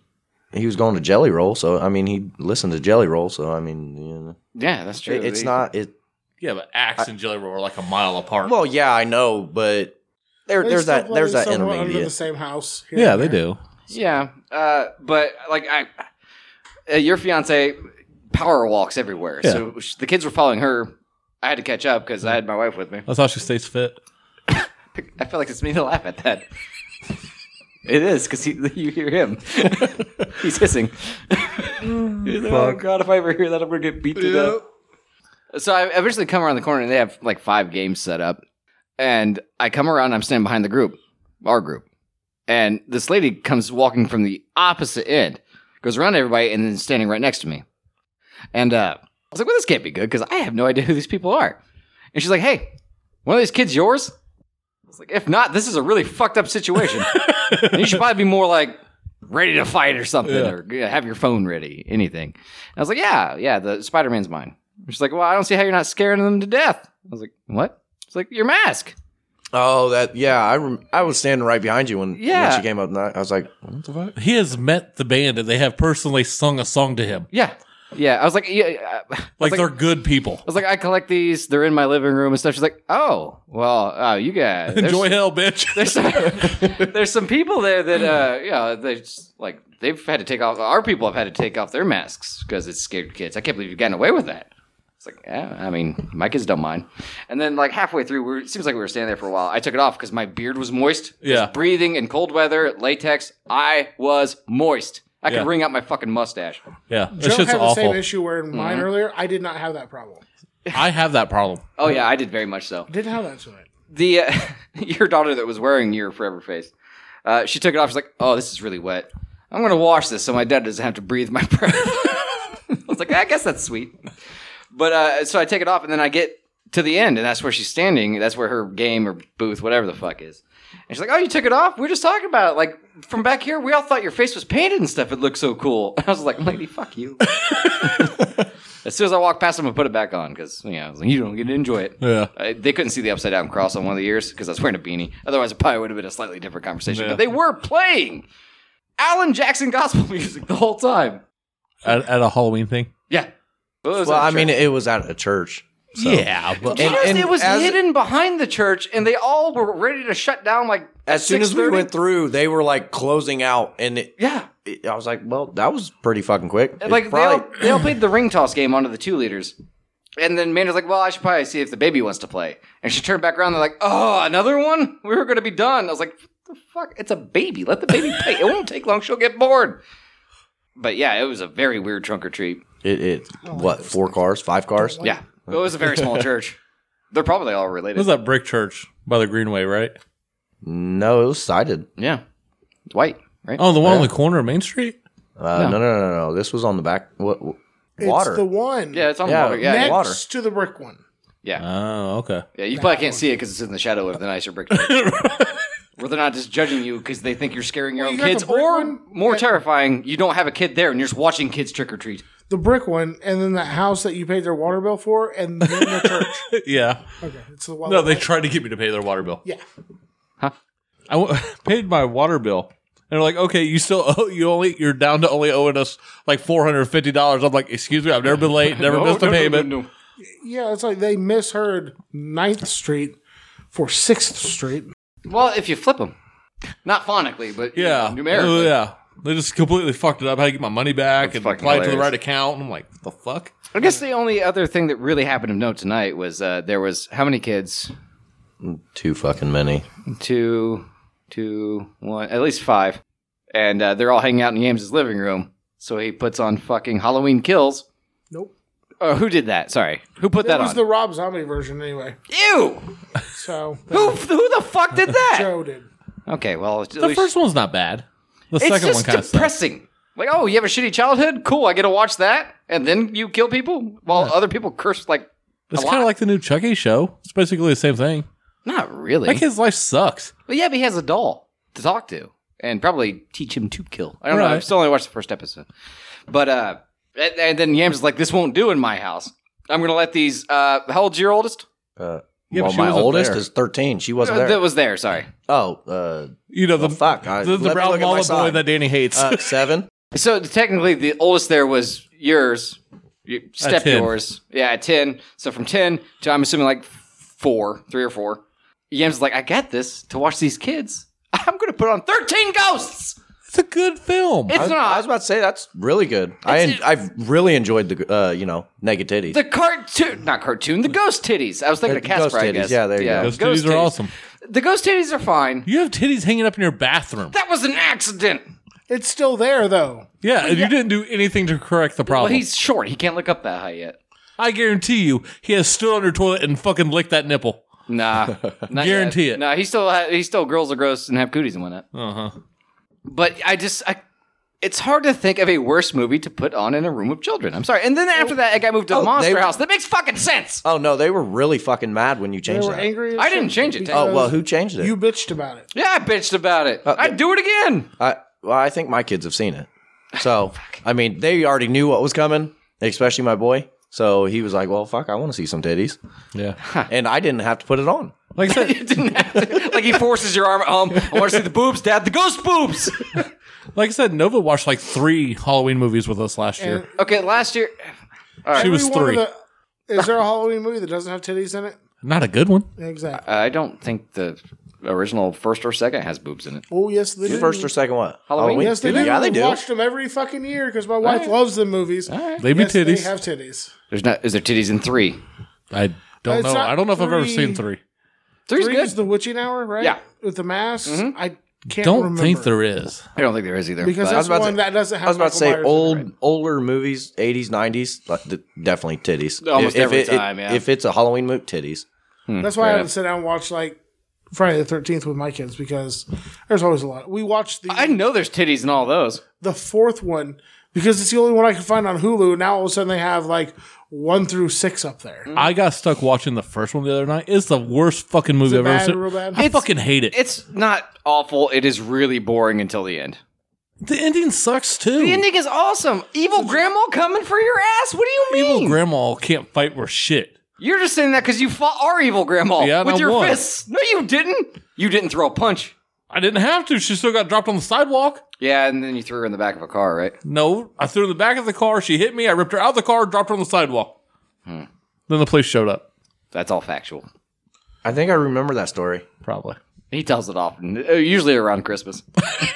he was going to Jelly Roll, so I mean, he listened to Jelly Roll, so I mean, you know,
yeah, that's true.
it- it's
They-
not. It
Yeah, but Axe and Jelly Roll are like a mile apart.
well, yeah, I know, but there,
They
there's
still
that.
play
There's that
somewhat Under the
intermediate.
same house. here
yeah,
and
they
there.
do.
Yeah, uh, but like I, uh, your fiance power walks everywhere, so sh the kids were following her. I had to catch up because I had my wife with me.
That's how she stays fit.
I feel like it's me to laugh at that. It is because you hear him. [LAUGHS] He's hissing. [LAUGHS] He's like, oh god! If I ever hear that, I'm gonna get beat to death. So I eventually come around the corner and they have like five games set up, and I come around. I'm standing behind the group, our group, and this lady comes walking from the opposite end, goes around everybody, and then standing right next to me. And uh, I was like, "Well, this can't be good because I have no idea who these people are." And she's like, "Hey, one of these kids yours?" I was like, "If not, this is a really fucked up situation. and you should probably be more like ready to fight or something, or yeah, have your phone ready, anything." And I was like, "Yeah, yeah, the Spider Man's mine." And She's like, "Well, I don't see how you're not scaring them to death." I was like, "What?" It's like your mask.
Oh, that yeah. I rem- I was standing right behind you when
Yeah.
when she came up. And I, I was like, what the fuck?
He has met the band and they have personally sung a song to him.
Yeah, yeah. I was like, yeah. I was
Like, they're good people.
I was like, I collect these. They're in my living room and stuff. She's like, oh, well, oh, you [LAUGHS] guys there's-
Enjoy hell, bitch.
[LAUGHS] There's some, there's some people there that, uh, yeah, they just, like they've had to take off. Our people have had to take off their masks because it's scared kids. I can't believe you've gotten away with that. It's like, yeah, I mean, my kids don't mind. And then like halfway through, we were, it seems like we were standing there for a while. I took it off because my beard was moist.
Yeah.
Just breathing in cold weather, latex. I was moist. I could
Yeah.
wring out my fucking mustache.
yeah, that
Joe had
shit's
the same
awful.
issue
Mm-hmm.
wearing mine earlier. I did not have that problem.
I have that problem.
Oh yeah, I did very much so.
Didn't have that tonight.
the uh, [LAUGHS] your daughter that was wearing your forever face uh, she took it off she's like oh this is really wet i'm gonna wash this so my dad doesn't have to breathe my [LAUGHS] breath i was like i guess that's sweet but uh, so i take it off and then i get to the end and that's where she's standing that's where her game or booth whatever the fuck is and she's like oh you took it off we were just talking about it like from back here we all thought your face was painted and stuff it looked so cool [LAUGHS] i was like lady fuck you as soon as i walked past them i put it back on because you know I was like, you don't get to enjoy it
Yeah.
I, they couldn't see the upside down cross on one of the ears because I was wearing a beanie. Otherwise, it probably would have been a slightly different conversation.
Yeah.
But they were playing Alan Jackson gospel [LAUGHS] music the whole time.
At, at a Halloween thing.
Yeah. Well, it was
Well,
at a
I mean,
church.
it was at a church. So.
Yeah, but
Do you
and-
notice
and
it was
as-
hidden behind the church, and they all were ready to shut down. Like at
As soon as we
6:30?
went through, they were like closing out, and it,
yeah,
it- I was like, well, that was pretty fucking quick. It
like
probably-
they all they all played the ring toss game onto the two leaders. And then Amanda's like, "Well, I should probably see if the baby wants to play." And she turned back around. They're like, "Oh, another one? We were going to be done." I was like, "What the fuck? It's a baby. Let the baby play. It won't take long. She'll get bored." But yeah, it was a very weird trunk or treat.
it, it what four cars, five cars?
Yeah, it was a very
[LAUGHS]
small church. They're probably all related.
It was that brick church by the Greenway, right?
No, it was sided.
yeah, it's white, right?
Oh, the one on the corner of Main Street?
Uh, no. no, no, no, no. This was on the back. What? what- Water.
It's the one.
yeah, it's on
Yeah,
the water. Yeah,
next
yeah,
water.
to the brick one.
yeah.
Oh, okay.
Yeah, you probably can't see it because it's in the shadow of the nicer
[LAUGHS]
brick. Where they're not just judging you because they think you're scaring your
Well,
own
you got
kids,
the brick
or
one
more
that-
terrifying, you don't have a kid there and you're just watching kids trick or treat.
The brick one, and then that house that you paid their water bill for, and then the
[LAUGHS]
church.
[LAUGHS] yeah.
Okay, it's the one.
No, they tried to get me to pay their water bill.
Yeah.
I w- [LAUGHS] paid my water bill. And they're like, okay, you still owe, you only, you're down to only owing us like $450. I'm like, excuse me, I've never been [LAUGHS] late, never missed a payment.
Yeah, it's like they misheard 9th Street for Sixth Street.
Well, if you flip them, not phonically, but
Yeah.
numerically.
Oh, yeah. They just completely fucked it up. I had to get my money back and
fucking
apply it to the
hilarious.
right account. And I'm like, what the fuck?
I guess the only other thing that really happened of note tonight was uh, there was how many kids?
Too fucking many.
Two, two, one, at least five, and uh, they're all hanging out in Yams' living room. So he puts on fucking Halloween Kills.
Nope.
Oh, who did that? Sorry, who put
That
that
was
on?
the Rob Zombie version, anyway.
Ew!
So
[LAUGHS] Who, who the fuck did that?
Joe did.
okay, well, at
The
least-
first one's not bad. The
it's
second one
just
kind of sucks.
depressing. Like, oh, you have a shitty childhood? Cool, I get to watch that, and then you kill people while other people curse. Like,
It's
A
kind
lot.
of like the new Chucky show. It's basically the same thing.
not really.
That kid's life sucks.
But yeah, but he has a doll to talk to. and probably teach him to kill. I don't know.
Right.
I've still only watched the first episode. But uh, and, and then Yams is like, "This won't do in my house. I'm gonna let these." Uh, how old's your oldest?
Uh,
Yeah, but
well,
she
my
wasn't
oldest
there.
is 13. She wasn't
Uh,
there.
That was there. Sorry.
oh, uh,
You know the
well, fuck. I,
the,
let me
the brown
look at my
mala boy
sign.
that Danny hates.
Uh, seven.
So technically, the oldest there was yours. You- Step
10.
yours. Yeah, at ten. So from ten to I'm assuming like four, three or four. Yams is like, I got this to watch these kids. I'm gonna put on thirteen ghosts.
[LAUGHS] it's a good film.
It's
I,
not.
I was about to say that's really good. I en- I've really enjoyed the uh, you know negativity.
The cartoon, not cartoon, the ghost titties. I was thinking
The
of Casper,
ghost
I
titties,
guess.
yeah, there you go.
Those titties are awesome.
The ghost titties are fine.
You have titties hanging up in your
[LAUGHS]
bathroom.
That was an accident.
It's still there though.
Yeah, and you didn't do anything to correct the
Well,
problem.
he's short. He can't look up that high yet.
I guarantee you, he has stood on your toilet and fucking licked that nipple.
[LAUGHS] Nah, not
Guarantee
yet.
it.
Nah, he still ha- he still girls are gross and have cooties and whatnot.
Uh huh.
But I just I, it's hard to think of a worse movie to put on in a room of children. I'm sorry. And then after that, I got moved to
Oh,
Monster
they-
House. That makes fucking sense.
oh no, they were really fucking mad when you
They
changed
were
that.
angry. as
I didn't
shit
change it,
because
Oh well, who changed it?
You bitched about it.
[LAUGHS] Yeah, I bitched about it. I'd do it again. [LAUGHS]
I well, I think my kids have seen it. So I mean, they already knew what was coming, especially my boy. So he was like, "Well, fuck, I want to see some titties,"
Yeah.
and I didn't have to put it on.
Like I
[LAUGHS]
said,
You didn't have to. Like he forces your arm at home. I want to see the boobs, Dad. The ghost boobs.
like I said, Nova watched like three Halloween movies with us last year.
Okay, last year.
she was
Every one
three.
of the- is there a Halloween movie that doesn't have titties in it?
Not a good one.
Exactly.
uh, I don't think the original first or second has boobs in it.
Oh yes, they do.
First or second what?
Halloween?
Yes, they do.
Yeah, they
I've
do.
watched them every fucking year because my wife loves the movies.
Leave
Yes,
me
they
titties.
have titties.
There's not. Is there titties in three?
I don't
It's
know.
not
I don't know if I've ever
three.
seen three.
Three's
Three
good.
is the witching hour, right?
Yeah. Mm-hmm.
With the mask, I can't.
Don't
remember.
think there is.
I don't think there is either.
because
but-
that's
about to-
one that doesn't have.
I was about to
Michael
say
Myers in it,
old,
right?
older movies, eighties, nineties, definitely titties.
Almost every
it- it-
time, yeah.
If it's a Halloween movie, titties.
That's why I
enough.
haven't sit down and watch like Friday the Thirteenth with my kids because there's always a lot. We watched the
I know there's titties in all those.
the fourth one because it's the only one I can find on Hulu. Now all of a sudden they have like one through six up there.
I got stuck watching the first one the other night. It's the worst fucking movie I've
bad,
ever seen.
real bad?
I fucking hate it.
It's not awful. It is really boring until the end.
The ending sucks too.
The ending is awesome. Evil grandma coming for your ass. What do you mean?
Evil grandma can't fight for shit.
You're just saying that because you fought our evil grandma
Yeah, and
with
I
your
won.
fists. No, you didn't. You didn't throw a punch.
I didn't have to. She still got dropped on the sidewalk.
Yeah, and then you threw her in the back of a car, right?
No, I threw her in the back of the car. She hit me. I ripped her out of the car, dropped her on the sidewalk. Then the police showed up.
That's all factual.
I think I remember that story.
[LAUGHS]
Probably.
He tells it often, uh, usually around Christmas.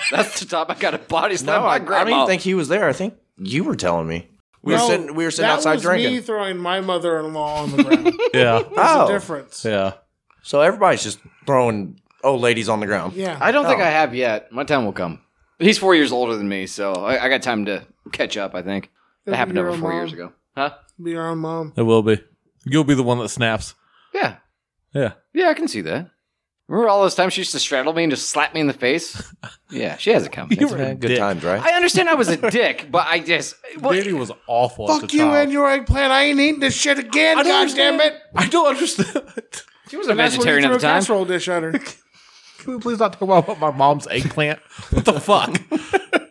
That's the time I got a body slam.
No, I,
my
I
grandma.
don't even think he was there. I think you were telling me. We were
No,
sitting. We were sitting
that
outside
was
drinking.
Me throwing my mother-in-law on the ground. There's
Yeah.
a
oh,
difference.
yeah.
so everybody's just throwing old ladies on the ground.
Yeah.
I don't think
Oh.
I have yet. My time will come. He's four years older than me, so I, I got time to catch up. I think that
It'll
happened
be
over
your
four
mom.
years ago, huh?
Be your own mom.
It will be. You'll be the one that snaps.
Yeah,
Yeah.
yeah, I can see that. Remember all those times she used to straddle me and just slap me in the
[LAUGHS]
face? Yeah, she has it coming.
[LAUGHS] You
That's
were
fine.
a
Good
dick.
times, right?
I understand I was a dick, but I just well,
Danny was awful. as
Fuck
a
you
child.
and your eggplant. I ain't eating this shit again.
I don't
God damn
understand.
it.
I don't understand. [LAUGHS]
she was a
That's when he
vegetarian
threw
at
a
the time.
casserole dish at her.
Can we please not talk about my mom's eggplant? What the fuck?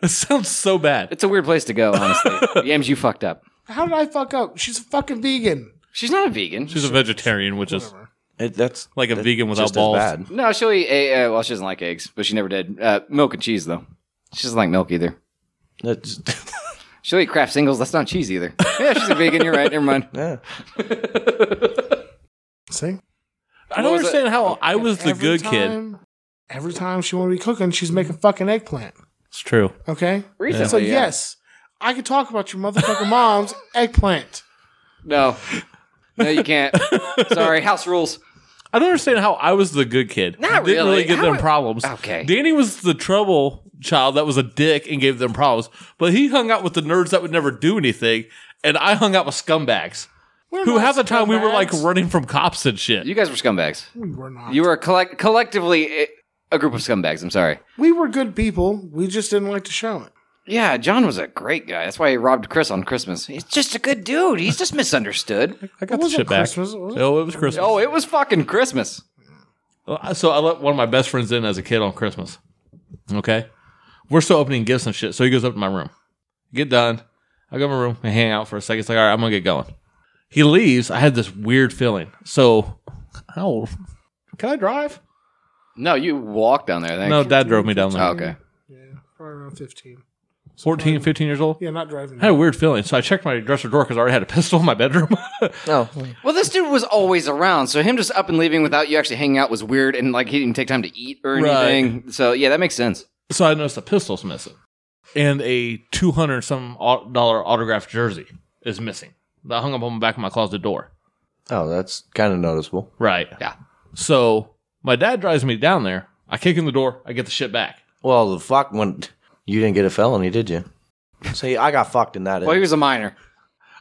it sounds so bad.
It's a weird place to go,
[LAUGHS]
honestly. Yams, you fucked up.
How did I fuck up? She's a fucking vegan.
She's not a vegan.
She's a vegetarian, which is
It, that's
like a
that's
vegan without
just
balls.
As bad.
no, she'll eat. A, uh, well, she doesn't like eggs, but she never did. Uh, milk and cheese, though. She doesn't like milk either.
[LAUGHS] That's-
She'll eat Kraft singles. That's not cheese
[LAUGHS]
either. Yeah, she's a vegan. You're right. Never mind.
yeah.
See?
I don't
What was
understand how I was the
Every
good kid.
time- Every time she want to be cooking, she's making fucking eggplant.
It's true.
Okay?
Recently,
So,
yeah.
yes, I could talk about your motherfucking mom's
[LAUGHS]
eggplant.
No. No, you
[LAUGHS]
can't. Sorry, house rules.
I don't understand how I was the good kid. Didn't
Not
really,
really.
give
How
them
it-
problems.
Okay.
Danny was the trouble child that was a dick and gave them problems, but he hung out with the nerds that would never do anything, and I hung out with scumbags. Who half the time we were like running from cops and shit.
You guys were scumbags.
We were not.
You were collect- collectively a-, a group of scumbags. I'm sorry.
we were good people. We just didn't like to show it.
Yeah, John was a great guy. That's why he robbed Chris on Christmas. He's just a good dude. He's just misunderstood.
I got the
It wasn't
shit back.
Christmas, was it?
Oh, it was Christmas.
[LAUGHS] Oh, it was fucking Christmas.
Well, I- So I let one of my best friends in as a kid on Christmas. Okay. We're still opening gifts and shit. So he goes up to my room. Get done. I go to my room and hang out for a second. It's like, all right, I'm gonna get going. He leaves. I had this weird feeling. So how can I drive?
No, you walk down there. Thanks.
No, dad drove me down there.
Oh, okay.
Yeah, probably around 15.
14, 15 years old.
Yeah, not driving.
I had a weird feeling. So I checked my dresser drawer because I already had a [LAUGHS] pistol in my bedroom.
No.
Well, this dude was always around, so him just up and leaving without you actually hanging out was weird, and like he didn't take time to eat or
Right.
anything. So yeah, that makes sense.
so I noticed the pistol's missing. And a 200 some au- dollar autographed jersey is missing. That hung up on the back of my closet door.
Oh, that's kind of noticeable.
Right.
Yeah.
So my dad drives me down there. I kick in the door. I get the shit back.
Well, the fuck when you didn't get a felony, did you? See, I got fucked in that.
Well, he
end.
was a minor.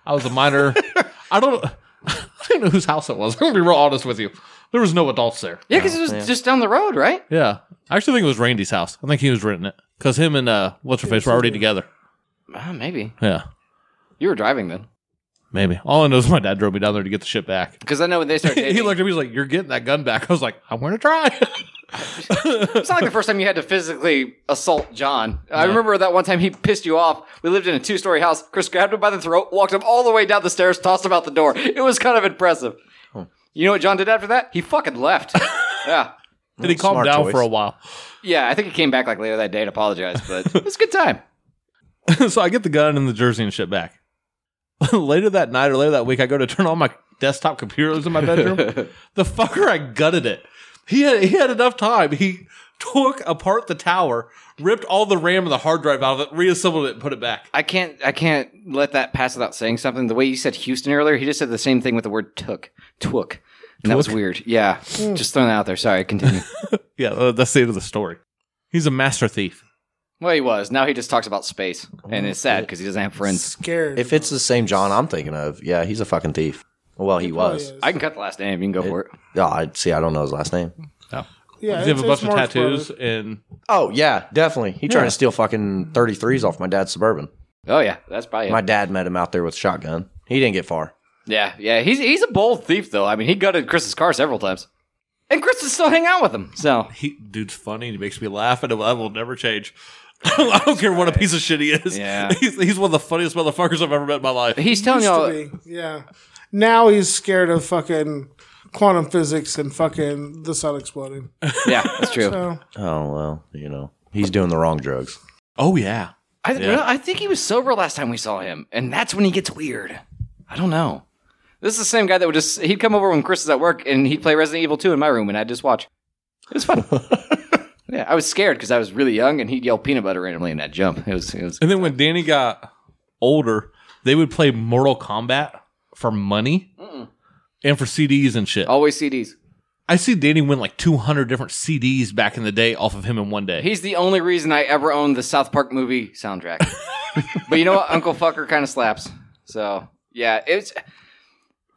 I was a [LAUGHS] minor. I don't. I don't know whose house it was. [LAUGHS] I'm gonna be real honest with you. There was no adults there.
Yeah, because it was just down the road, right?
Yeah, I actually think it was Randy's house. I think he was renting it because him and uh, what's her face were already together.
Ah, maybe
Yeah,
you were driving then,
maybe. All I know is my dad drove me down there to get the shit back.
because I know when they started.
[LAUGHS]
Dating,
he looked at me. He's like, "You're getting that gun back." I was like, "I'm gonna try." [LAUGHS]
It's not like the first time you had to physically assault John. I remember that one time he pissed you off. We lived in a two story house. Chris grabbed him by the throat, walked him all the way down the stairs, tossed him out the door. It was kind of impressive. You know what John did after that? He fucking left. yeah.
and he calmed
Smart
down
choice.
for a while. [LAUGHS]
Yeah, I think he came back like later that day and apologized, but it was a good time.
so I get the gun and the jersey and shit back. [LAUGHS] later that night or later that week, I go to turn on my desktop computer that was in my bedroom. the fucker, I gutted it. He had he had enough time. He took apart the tower, ripped all the RAM and the hard drive out of it, reassembled it, and put it back.
I can't I can't let that pass without saying something. The way you said Houston earlier, he just said the same thing with the word took. Took. And that was weird. Yeah. Just throwing that out there. Sorry, continue.
Yeah, uh, that's the end of the story. He's a master thief.
well, he was. Now he just talks about space. And it's sad because he doesn't have friends.
scared.
if it's the same John I'm thinking of, yeah, he's a fucking thief. Well, he
probably
was.
is.
I can cut the last name. You can go for it.
Oh, I see. I don't know his last name.
yeah,
Does he
it's-
have a
it's
bunch of
Mark's
tattoos
brother.
and
Oh yeah, definitely. He
Yeah.
tried to steal fucking 33s off my dad's suburban.
Oh yeah, that's probably it.
My dad met him out there with a shotgun. He didn't get far.
yeah, yeah. He's he's a bold thief though. I mean, he gutted Chris's car several times, and Chris is still hanging out with him. So
he dude's funny and he makes me laugh and I will never change. [LAUGHS] I don't care what a piece of shit he is.
Yeah.
[LAUGHS] He's, he's one of the funniest motherfuckers I've ever met in my life.
he's telling
Used
y'all.
to be, Yeah. Now he's scared of fucking quantum physics and fucking the sun exploding.
[LAUGHS] Yeah, that's
[LAUGHS]
true.
[LAUGHS] So
Oh well, you know, he's doing the wrong drugs.
Oh yeah.
I you know, I think he was sober last time we saw him, and that's when he gets weird. I don't know. This is the same guy that would just he'd come over when Chris is at work, and he'd play Resident Evil 2 in my room, and I'd just watch. It was fun. yeah, I was scared because I was really young, and he'd yell peanut butter randomly, and I'd jump. It was it
[LAUGHS]
was
And then when Danny got older, they would play Mortal Kombat for money and for CDs and shit.
always CDs.
I see Danny win like 200 different CDs back in the day off of him in one day. [LAUGHS]
He's the only reason I ever owned the South Park movie soundtrack. but you know what? Uncle Fucker kind of slaps. So yeah, it's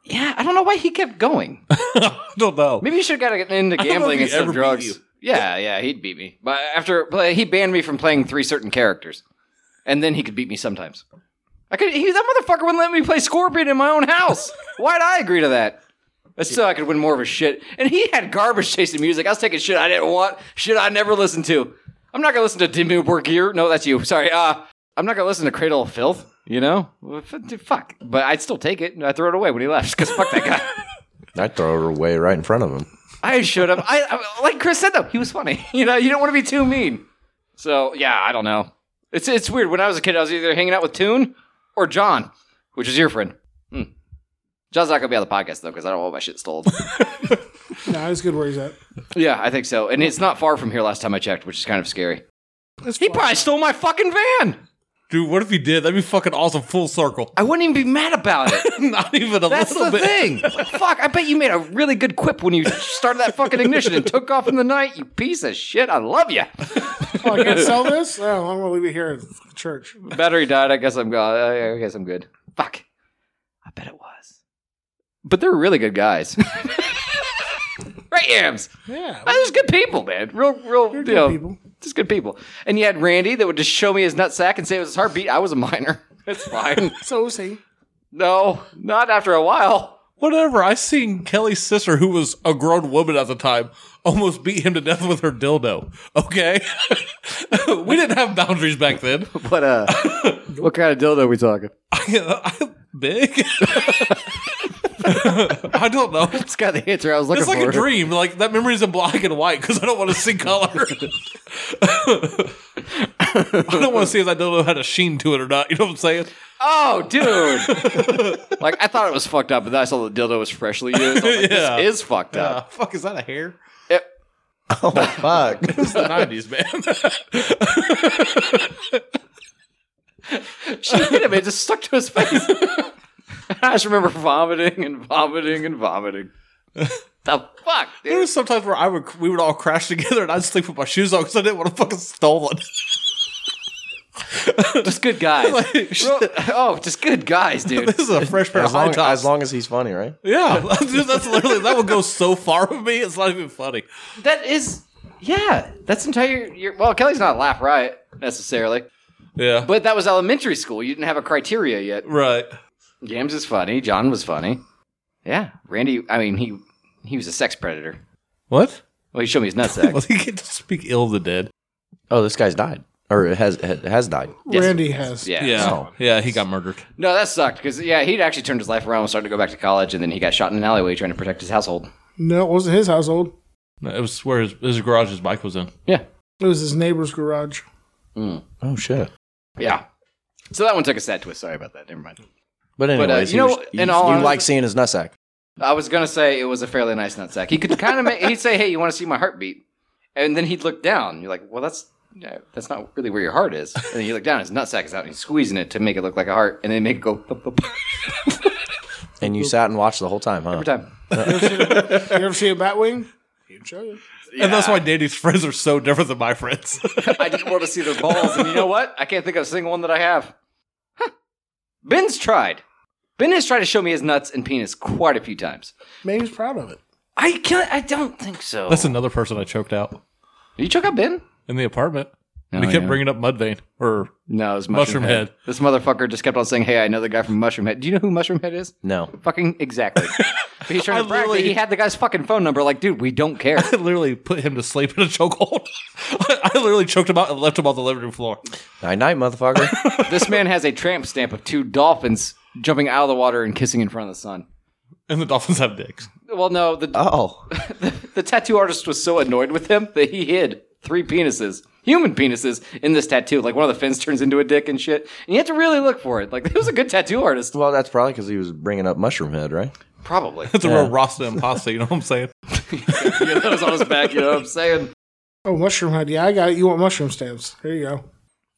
yeah. I don't know why he kept going.
I don't know.
Maybe he should have got into
Oh. I don't know if
gambling
he
instead
ever
of
beat you.
drugs. Yeah, yeah, he'd beat me. But after but he banned me from playing three certain characters, and then he could beat me sometimes. I could. He, that motherfucker wouldn't let me play Scorpion in my own
[LAUGHS]
house. Why'd I agree to that? But still, I could win more of his shit. And he had garbage tasting music. I was taking shit I didn't want, shit I never listened to. I'm not gonna listen to Dimmu Borgir. No, that's you. Sorry. Uh, I'm not gonna listen to Cradle of Filth. You know, F- fuck. But I'd still take it. and I throw it away when he left because fuck
[LAUGHS]
that guy.
I throw it away right in front of him.
I should have. I, I like Chris said though, he was funny. [LAUGHS] You know, you don't want to be too mean. So yeah, I don't know. It's it's weird. When I was a kid, I was either hanging out with Toon or John, which is your friend. Hmm. John's not gonna be on the podcast though because I don't want my
[LAUGHS]
shit stolen.
no, he's good where he's at.
yeah, I think so. And it's not far from here. Last time I checked, which is kind of scary.
That's
He
fine.
probably stole my fucking van.
Dude, what if he did? That'd be fucking awesome. Full circle.
I wouldn't even be mad about it.
[LAUGHS] Not even a
That's the
little bit.
thing. Like, fuck, I bet you made a really good quip when you started that fucking ignition and took off in the night. You piece of shit. I love you.
Oh, I can't
[LAUGHS]
sell this. Oh, I'm gonna leave it here at the church.
battery died. I guess I'm gone. Uh, I I guess I'm good. Fuck. I bet it was. But they're really
[LAUGHS]
good guys. right, Yams?
Yeah,
They're just good people, man. Real, real, you
good
know,
people.
Just good people. And you had Randy that would just show me his nutsack and say it was his [LAUGHS] heartbeat. I was a minor. It's fine.
so see.
no, not after a while.
whatever. I seen Kelly's sister, who was a grown woman at the time, almost beat him to death with her dildo. Okay, [LAUGHS] we didn't have boundaries back then. [LAUGHS]
But uh, what kind of dildo are we talking?
I, big. [LAUGHS] I don't know.
It's got the answer I was looking
It's like
for.
a dream. Like that memory's in black and white because I don't want to see color. [LAUGHS] I don't want to see if I don't know how to sheen to it or not. You know what I'm saying?
Oh,
[LAUGHS]
dude! like I thought it was fucked up, but then I saw the dildo was freshly used. I was
[LAUGHS]
like,
Yeah.
This is fucked
Uh,
up.
fuck, is that a hair?
It-
Oh [LAUGHS] fuck!
It's the 90s, [LAUGHS] man.
she hit him. It just stuck to his face. [LAUGHS] I just remember vomiting and vomiting and vomiting. the fuck,
there
dude?
was sometimes where I would we would all crash together and I'd sleep with my shoes on because I didn't want to fucking stolen. [LAUGHS]
Just good [LAUGHS] guys.
like, shit,
oh, just good guys, [LAUGHS] dude.
this is a fresh pair of
As
high
long,
tops.
as long as he's funny, right?
[LAUGHS] yeah, Dude, that's literally that would go so far with me. It's not even funny.
That is, yeah. That's entire. Your, well, Kelly's not laugh right necessarily,
Yeah,
but that was elementary school. You didn't have a criteria yet.
right.
James is funny. John was funny. Yeah, Randy. I mean, he he was a sex predator.
What?
Well, he showed me
[LAUGHS]
his
Well,
nutsack.
you can't just speak ill of the dead.
Oh, this guy's died, or has has died.
Yes.
Randy has.
[LAUGHS] yeah.
Yeah,
Oh.
yeah, he got murdered.
No, that sucked because yeah, he'd actually turned his life around and started to go back to college, and then he got shot in an alleyway trying to protect his household.
No, it wasn't his household.
No, it was where his, his garage his bike was in.
Yeah.
It was his neighbor's garage.
Oh shit!
Yeah. So that one took a sad twist. Sorry about that. Never mind.
But
uh,
anyways,
you know,
he was- he-
in all
you
honest-
like seeing his nutsack.
I was gonna say it was a fairly nice nutsack. He could kind of make [LAUGHS] he'd say, "Hey, you want to see my heartbeat?" And then he'd look down. You're like, "Well, that's yeah, that's not really where your heart is." And then you look down, his nutsack is out, and he's squeezing it to make it look like a heart, and then make it go thup, thup, thup
And you sat and watched the whole time, huh?
every time.
You ever see a Batwing? He'd show you.
And that's why Danny's friends are so different than my friends.
I didn't want to see their balls, and you know what? I can't think of a single one that I have. Huh. Ben's tried. Ben has tried to show me his nuts and penis quite a few times.
Maybe he's proud of it.
I can't. I don't think
[LAUGHS]
so.
that's another person I choked out
Did you choke out Ben?
in the apartment. And he kept
Oh, yeah.
bringing up Mudvayne or [LAUGHS]
No, it was
Mushroom Head.
This motherfucker just kept on saying, "Hey, I know the guy from Mushroom Head." Do you know who Mushroom Head is?
No.
Fucking exactly.
[LAUGHS]
but he's trying
I
to brag that
literally-
he had the guy's fucking phone number. Like, dude, we don't care.
I literally put him to sleep in a chokehold. [LAUGHS] I literally choked him out and left him on the living room floor.
Night night,
[LAUGHS]
motherfucker.
this man has a tramp stamp of two dolphins jumping out of the water and kissing in front of the sun.
And the dolphins have dicks.
Well, no, the
oh,
the tattoo artist was so annoyed with him that he hid three penises, human penises, in this tattoo. Like one of the fins turns into a dick and shit. And you have to really look for it. Like, [LAUGHS] he was a good tattoo artist.
well, that's probably because he was bringing up Mushroom Head, right?
[LAUGHS] Probably.
It's a real Rasta impasta, you know what I'm saying?
yeah, that was on his back. You know what I'm saying?
Oh, mushroom head. Yeah, I got it. You want mushroom stamps? Here you go.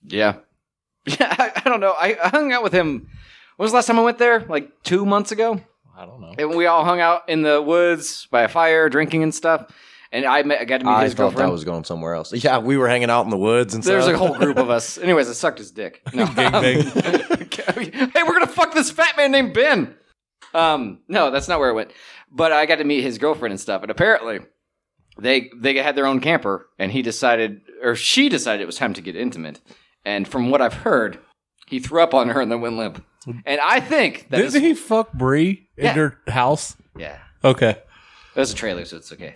Yeah. [LAUGHS] Yeah, I, I don't know. I, I hung out with him. When was the last time I went there? Like two months ago?
I don't know.
And we all hung out in the woods by a fire, drinking and stuff. And I, met, I got to meet
I
his
thought
girlfriend.
that was going somewhere else. Yeah, we were hanging out in the woods and
There's
stuff.
a whole group of us. Anyways, I sucked his dick. No. [LAUGHS] hey, we're gonna fuck this fat man named Ben. Um, no, that's not where it went. But I got to meet his girlfriend and stuff, and apparently they they had their own camper, and he decided, or she decided, it was time to get intimate. And from what I've heard, he threw up on her and then went limp. And I think that is,
Didn't he fuck Bree in
Yeah.
your house?
yeah,
Okay.
[LAUGHS]
[LAUGHS]
it was a trailer, so it's okay.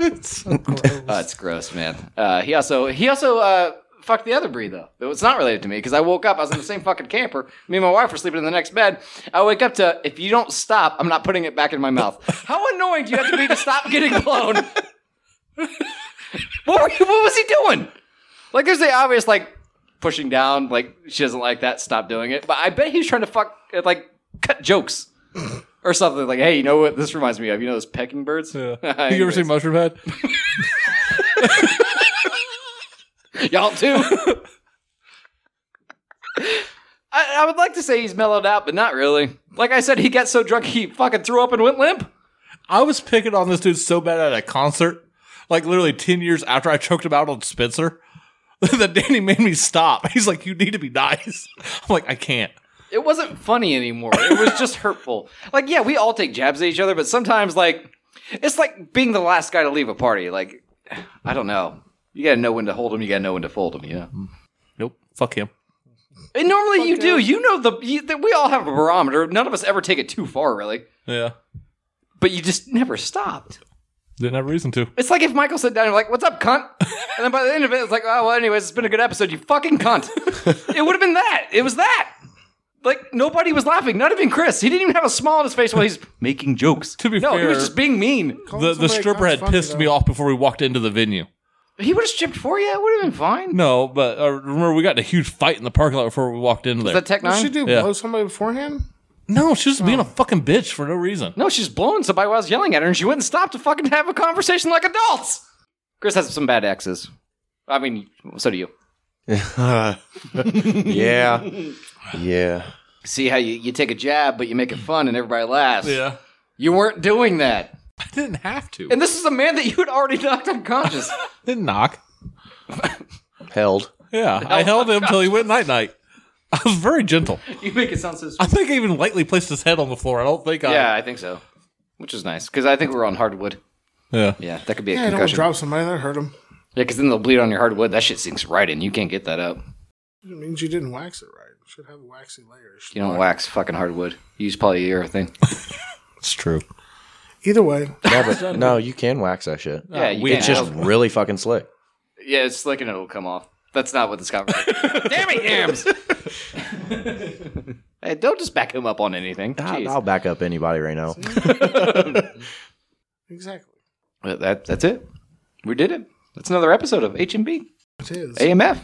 Oh, it's gross, man. Uh, he also he also uh, fucked the other Bree though. It's not related to me because I woke up. I was in the same fucking camper. Me and my wife were sleeping in the next bed. I wake up to if you don't stop, I'm not putting it back in my mouth.
[LAUGHS]
How annoying do you have to be to stop getting blown? [LAUGHS] what were you, What was he doing? Like, there's the obvious like pushing down. Like she doesn't like that. Stop doing it. But I bet he's trying to fuck uh, like cut jokes. Or something like, hey, you know what? This reminds me of you know those pecking birds. [LAUGHS]
Have you ever seen Mushroom Head?
Y'all too. I, I would like to say he's mellowed out, but not really. Like I said, he got so drunk he fucking threw up and went limp.
I was picking on this dude so bad at a concert, like literally 10 years after I choked him out on Spencer, [LAUGHS] that Danny made me stop. [LAUGHS] He's like, You need to be nice. [LAUGHS] I'm like, I can't.
It wasn't funny anymore. It was just hurtful. Like, yeah, we all take jabs at each other, but sometimes, like, it's like being the last guy to leave a party. Like, I don't know. You gotta know when to hold him. You gotta know when to fold him. You know.
Nope. Fuck him.
And normally you do. You know the you, that we all have a barometer. None of us ever take it too far, really.
Yeah.
But you just never stopped.
Didn't have a reason to.
It's like if Michael sat down and like, "What's up, cunt?" And then by the end of it, it's like, "Oh well, anyways, it's been a good episode. You fucking
[LAUGHS]
cunt." it would have been that. It was that. Like nobody was laughing. Not even Chris. He didn't even have a smile on his face while he's making jokes.
To be
no, he
fair-
was just being mean.
The, the stripper had pissed me off before we walked into the venue.
He would have stripped for you. It would have been fine.
No, but uh, remember we got in a huge fight in the parking lot before we walked in there.
Is that Tech
What
Nine?
should do?
Yeah.
Blow somebody beforehand?
no, she was being a fucking bitch for Oh. no reason.
No, she's blowing somebody while I was yelling at her, and she wouldn't stop to fucking have a conversation like adults. Chris has some bad exes. I mean, so do you.
[LAUGHS] yeah, yeah.
See how you, you take a jab, but you make it fun, and everybody laughs.
Yeah.
You weren't doing that.
[LAUGHS] I didn't have to.
And this is a man that you had already knocked unconscious.
didn't knock.
Held.
[LAUGHS] Yeah. I held him till he went night night. [LAUGHS] I was very gentle.
[LAUGHS] you make it [LAUGHS] sound so.
I think I even lightly placed his head on the floor. I don't think I.
Yeah, I think so. Which is nice because I think we're on hardwood.
Yeah.
Yeah, that could be a
Yeah, I don't want
concussion.
to
Yeah,
drop somebody. That hurt him.
because then they'll bleed on your hardwood. That shit sinks right in. You can't get that up.
It means you didn't wax it right. You should have waxy layers.
You don't wax fucking hardwood. You use polyurethane.
It's true.
Either way,
No,
[LAUGHS]
but no, you can wax that shit.
yeah, you
we
can't
It's just
help.
really fucking slick.
Yeah, it's slick and it'll come off. That's not what this conversation. [LAUGHS] Damn it, Yams! hey, don't just back him up on anything.
I-
Jeez.
I'll back up anybody right now.
exactly.
But That, that's it. We did it. That's another episode of HMB
It is.
AMF.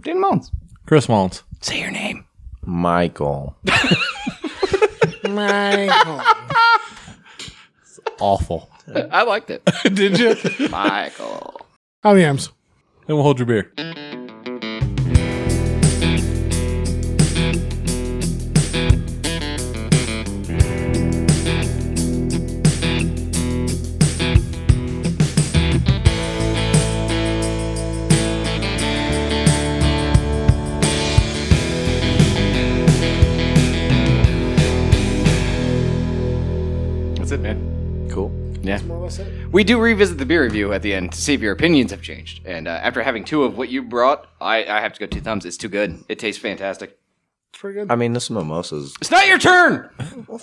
Dan Mullins.
Chris Mullins.
Say your name.
Michael.
[LAUGHS]
Michael.
Awful.
I liked it.
[LAUGHS] Did you?
Michael.
I'm Yams.
And we'll hold your beer.
That's it, man.
Cool.
More or less it.
We do revisit the beer review at the end to see if your opinions have changed. And uh, after having two of what you brought, I, I have to go two thumbs. It's too good. It tastes fantastic.
It's pretty good.
I mean, this mimosa's
It's not your turn.
Circle.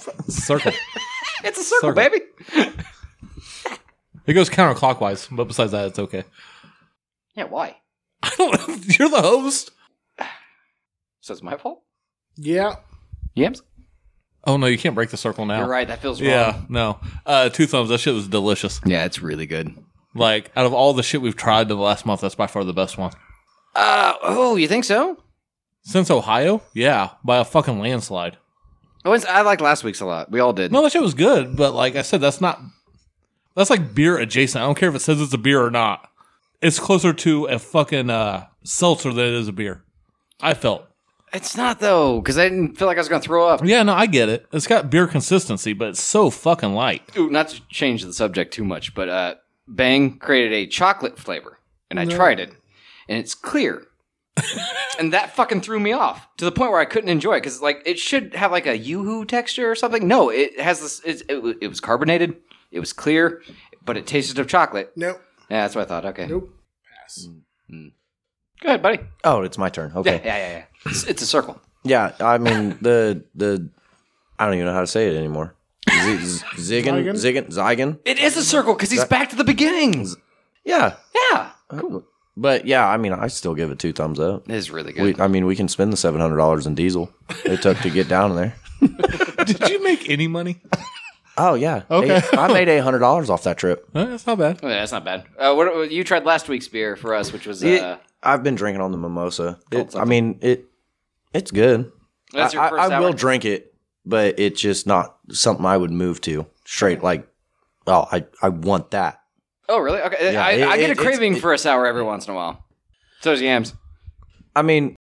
It's a
Circle.
circle, baby.
It goes counterclockwise, but besides that, it's okay. [LAUGHS]
Yeah, why?
I don't know. [LAUGHS] You're the host.
So it's my fault?
yeah.
Yams?
Oh no, you can't break the circle now.
You're right. That feels wrong.
Yeah, no. Uh, two thumbs. That shit was delicious.
Yeah, it's really good.
Like out of all the shit we've tried in the last month, that's by far the best one.
Uh, oh, you think so?
Since Ohio, yeah, by a fucking landslide.
Oh, it's- I liked last week's a lot. We all did.
No, that shit was good, but like I said, that's not. That's like beer adjacent. I don't care if it says it's a beer or not. It's closer to a fucking uh, seltzer than it is a beer. I felt.
It's not though, because I didn't feel like I was gonna throw up.
Yeah, no, I get it. It's got beer consistency, but it's so fucking light.
[LAUGHS]
Ooh, not to change the subject too much, but uh, Bang created a chocolate flavor, and I tried it, and
[LAUGHS]
it's clear, and that fucking threw me off to the point where I couldn't enjoy it because like it should have like a yoo-hoo texture or something. No, it has this. It, it, wa- it was carbonated, it was clear, but it tasted of chocolate.
Nope.
Yeah, that's what I thought. Okay,
Nope. Pass.
go ahead, buddy.
Oh, it's my turn.
Yeah,
Okay.
yeah, yeah. yeah. It's, it's a circle.
Yeah, I mean the the I don't even know how to say it anymore. Z- z- ziggin, ziggin, ziggin.
It is a circle because he's back to the beginning.
Yeah,
Yeah,
but yeah, I mean, I still give it two thumbs up.
it is really good.
We, I mean, we can spend the seven hundred dollars in diesel it took to get down there.
Did you make any [LAUGHS] money?
Oh yeah, okay. I made eight hundred dollars off that trip.
Huh, that's Eh, not bad.
Oh, yeah, that's not bad. Uh, what, what- you tried last week's beer for us, which was uh,
It- I've been drinking on the mimosa. It, I
something.
mean, it it's good.
that's your
I,
first
I
hour.
will drink it, but it's just not something I would move to straight. Like, oh, I I want that.
oh, really? Okay,
Yeah,
I,
it-
I get a
it-
craving
it's-
for a sour every once in a while. So does yams.
I mean,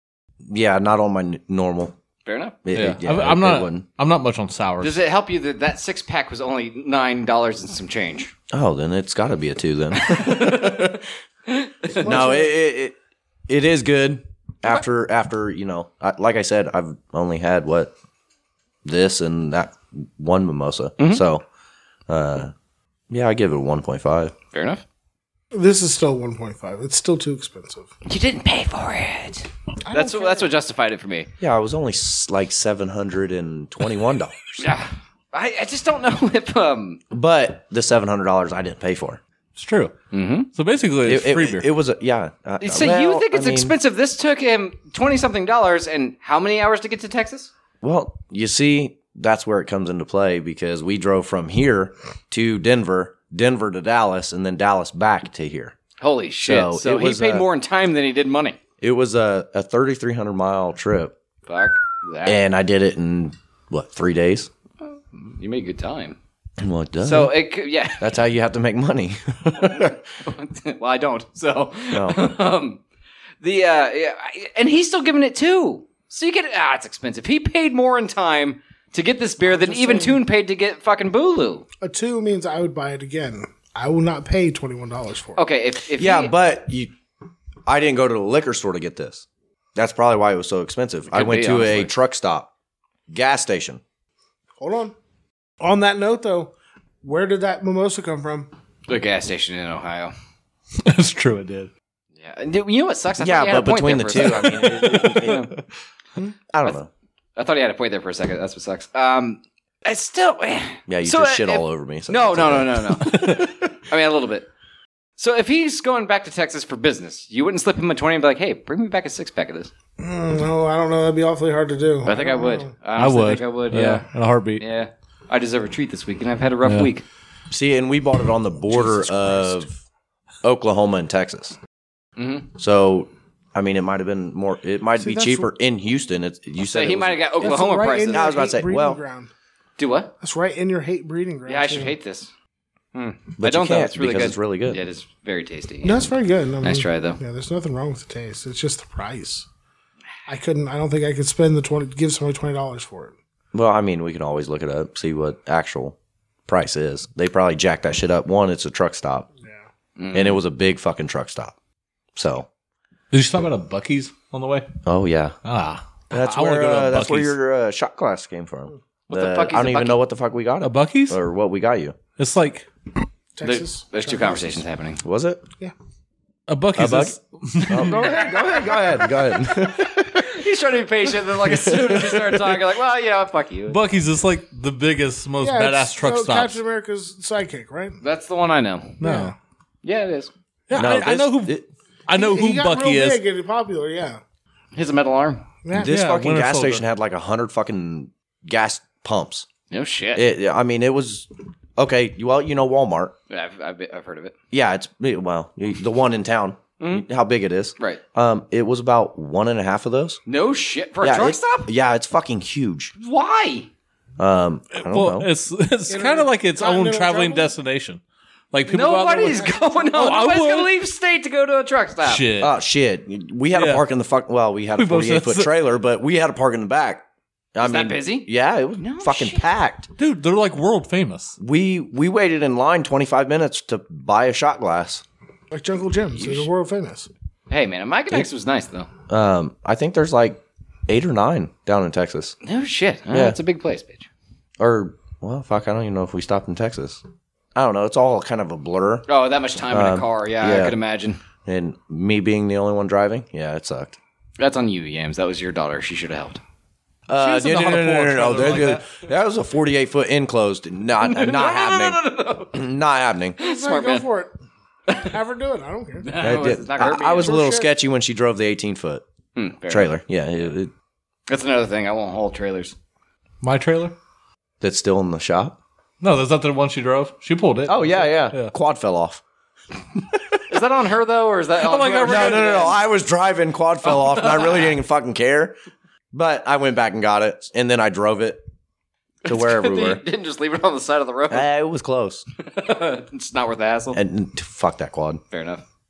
yeah, not on my n- normal.
Fair enough.
It-
Yeah,
it- yeah,
I'm,
it-
I'm
it
not.
wouldn't.
I'm not much on sours.
Does it help you that that six pack was only nine dollars and some change?
Oh, then it's got to be a two
[LAUGHS]
then. [LAUGHS] no, it, it it it is good. After after you know, I, like I said, I've only had what this and that
Mm-hmm.
one mimosa. So, uh, yeah, I give it one point five.
Fair enough.
This is still 1.5. It's still too expensive.
You didn't pay for it. That's what, that's what justified it for me.
Yeah, it was only s- like seven hundred and twenty-one dollars,
Yeah. I, I just don't know [LAUGHS] if um
but the seven hundred dollars I didn't pay for.
It's true. Mm-hmm. So basically, it's
It, it,
free beer.
it was a, yeah. uh,
so you
well,
think
I
it's
mean,
expensive. This took him twenty something dollars and how many hours to get to Texas?
Well, you see, that's where it comes into play because we drove from here to Denver, Denver to Dallas, and then Dallas back to here.
Holy shit. So,
So it
he
was,
paid
uh,
more in time than he did money.
It was a, a thirty three hundred mile trip,
Fuck that.
and I did it in what three days?
you made good time.
Well, it does.
So it could, yeah.
that's how you have to make money. [LAUGHS]
[LAUGHS] well, I don't. So
No.
[LAUGHS] um, the uh, yeah, I- and he's still giving it two. So you get ah, it's expensive. He paid more in time to get this beer than even Toon paid to get fucking Bulu.
A two means I would buy it again. I will not pay $21 for it.
Okay, if if
Yeah,
he-
but you, I didn't go to the liquor store to get this. That's probably why it was so expensive. I
could
went
be,
to
honestly.
a truck stop, gas station.
Hold on. On that note, though, where did that mimosa come from?
the gas station in Ohio.
[LAUGHS]
That's true. It did.
Yeah, and you know what sucks? I thought
yeah,
you had a
but between
point
the
there
two,
for a
I
second.
mean, it- it- it- [LAUGHS] I don't know.
[LAUGHS] I thought he had a point there for a second. That's what sucks. Um, it's still
Yeah, you
So,
just
uh,
shit
if-
all over me. so
No,
it's
no,
okay.
no, no,
[LAUGHS]
no. I mean, a little bit. So if he's going back to Texas for business, you wouldn't slip him a twenty and be like, "Hey, bring me back a six pack of this."
Mm, No, I don't know. That'd be awfully hard to do. Oh.
I think I would.
I
I, honestly
would.
Think I would.
Yeah,
Yeah.
in a heartbeat.
Yeah. I deserve a treat this week, and I've had a rough week.
See, and we bought it on the border of Oklahoma and Texas. So, I mean, it might have been more. It might be
that's
cheaper in Houston. It's, you
So
said
he
it was-
might have got
That's
Oklahoma
right
prices.
in your
I was about to
hate
say,
breeding
well-
ground.
Do what?
that's right in your hate breeding ground.
Yeah, I should
too.
hate this. Hmm.
But
I
you
don't though.
can't
It's really
because
good.
it's really good.
Yeah, it is very tasty.
No, it's very good. I mean,
Nice try, though.
Yeah, there's nothing wrong with the taste. It's just the price. I couldn't. I don't think I could spend the twenty. Give somebody twenty dollars for it.
Well, I mean, we can always look it up, see what actual price is. They probably jacked that shit up. One, it's a truck stop. Yeah. And it was a big fucking truck stop. So,
Did you stop at a Bucky's on the way?
oh yeah.
Ah,
That's
I wanna
where
go to a
uh, that's where
Buc-ee's.
your uh, shot glass came from. What
the fuck is
I don't
a
even
Buc-ee?
know what the fuck we got
a Bucky's.
or what we got you.
It's like
There-
Texas.
there's two
Try-
conversations [LAUGHS] happening.
Was it?
a Bucky's.
Buc-
is-
Oh, go ahead, go ahead, go ahead, go [LAUGHS] ahead.
He's trying to be patient, then like as soon as you start talking, like, well, you know, fuck you.
Bucky's is like the biggest, most
Yeah, it's,
badass truck
uh,
stop.
Captain America's sidekick, right?
That's the one I know.
No,
Yeah, it is.
yeah, I, I
this-
know who
it-
I know
he
who
got
Bucky
real
is.
big and popular. Yeah.
He's a metal arm.
Yeah.
this
Yeah,
fucking
Winter
gas
Soldier.
station had like a hundred fucking gas pumps.
No shit.
It, I mean, it was okay. Well, you know Walmart.
I've, I've, been- I've heard of it.
Yeah, it's well the one in town. How big it is?
Mm-hmm. Right.
Um, it was about one and a half of those.
No shit. For a
yeah,
truck
it's,
stop?
Yeah, it's fucking huge.
Why?
Um, I don't
Well,
know.
it's it's kind of like its own
Continental
traveling
travel?
destination. Like people go out there
Nobody's
with-
[LAUGHS] going
Oh,
on.
I
Nobody's going to
would.
leave state to go to a truck stop.
shit.
Oh shit, we had
Yeah.
a park in the fuck. Well, we had a
both said
forty-eight foot
so.
trailer, but we had a park in the back. I
Was
mean,
that busy?
Yeah, it was
No
fucking
shit.
packed.
Dude, they're like world famous.
We we waited in line twenty-five minutes to buy a shot glass.
Like Jungle Jim's. They're world famous.
Hey, man, Mike and X was nice, though.
Um, I think there's like eight or nine down in Texas.
No shit. Oh,
Yeah.
It's a big place, bitch.
Or well, fuck, I don't even know if we stopped in Texas. I don't know. It's all kind of a blur.
Oh, that much time in a
Um,
car. Yeah, I
yeah.
could imagine.
And me being the only one driving, yeah, it sucked.
That's on you, Yams. That was your daughter. She should have helped.
Uh,
doesn't know how to pull a trailer
there's
like
a- that. was a 48 foot enclosed. Not, not happening. [CLEARS THROAT] Not happening.
Smart
go
man.
for it. Have her do it. I don't care.
That was-
That
it's
did-
not
I,
gonna hurt me.
I was a little
Bullshit.
sketchy when she drove the 18 foot
Hmm, fair
trailer. Yeah, it, it-
That's another thing. I won't haul trailers.
My trailer?
that's still in the shop.
No, that's not the one she drove. She pulled it.
Oh yeah, yeah.
Yeah.
Quad fell off.
Is that on her though, or is [LAUGHS] that? On
my God,
whoever-
we're
No,
good
no, no, no. I was driving. Quad fell off, and I really didn't fucking care. But I went back and got it, and then I drove it
[LAUGHS]
to wherever we
You
were.
didn't just leave it on the side of the road.
Eh, it Uh, was close,
[LAUGHS] it's not worth the hassle.
and fuck that quad.
Fair enough.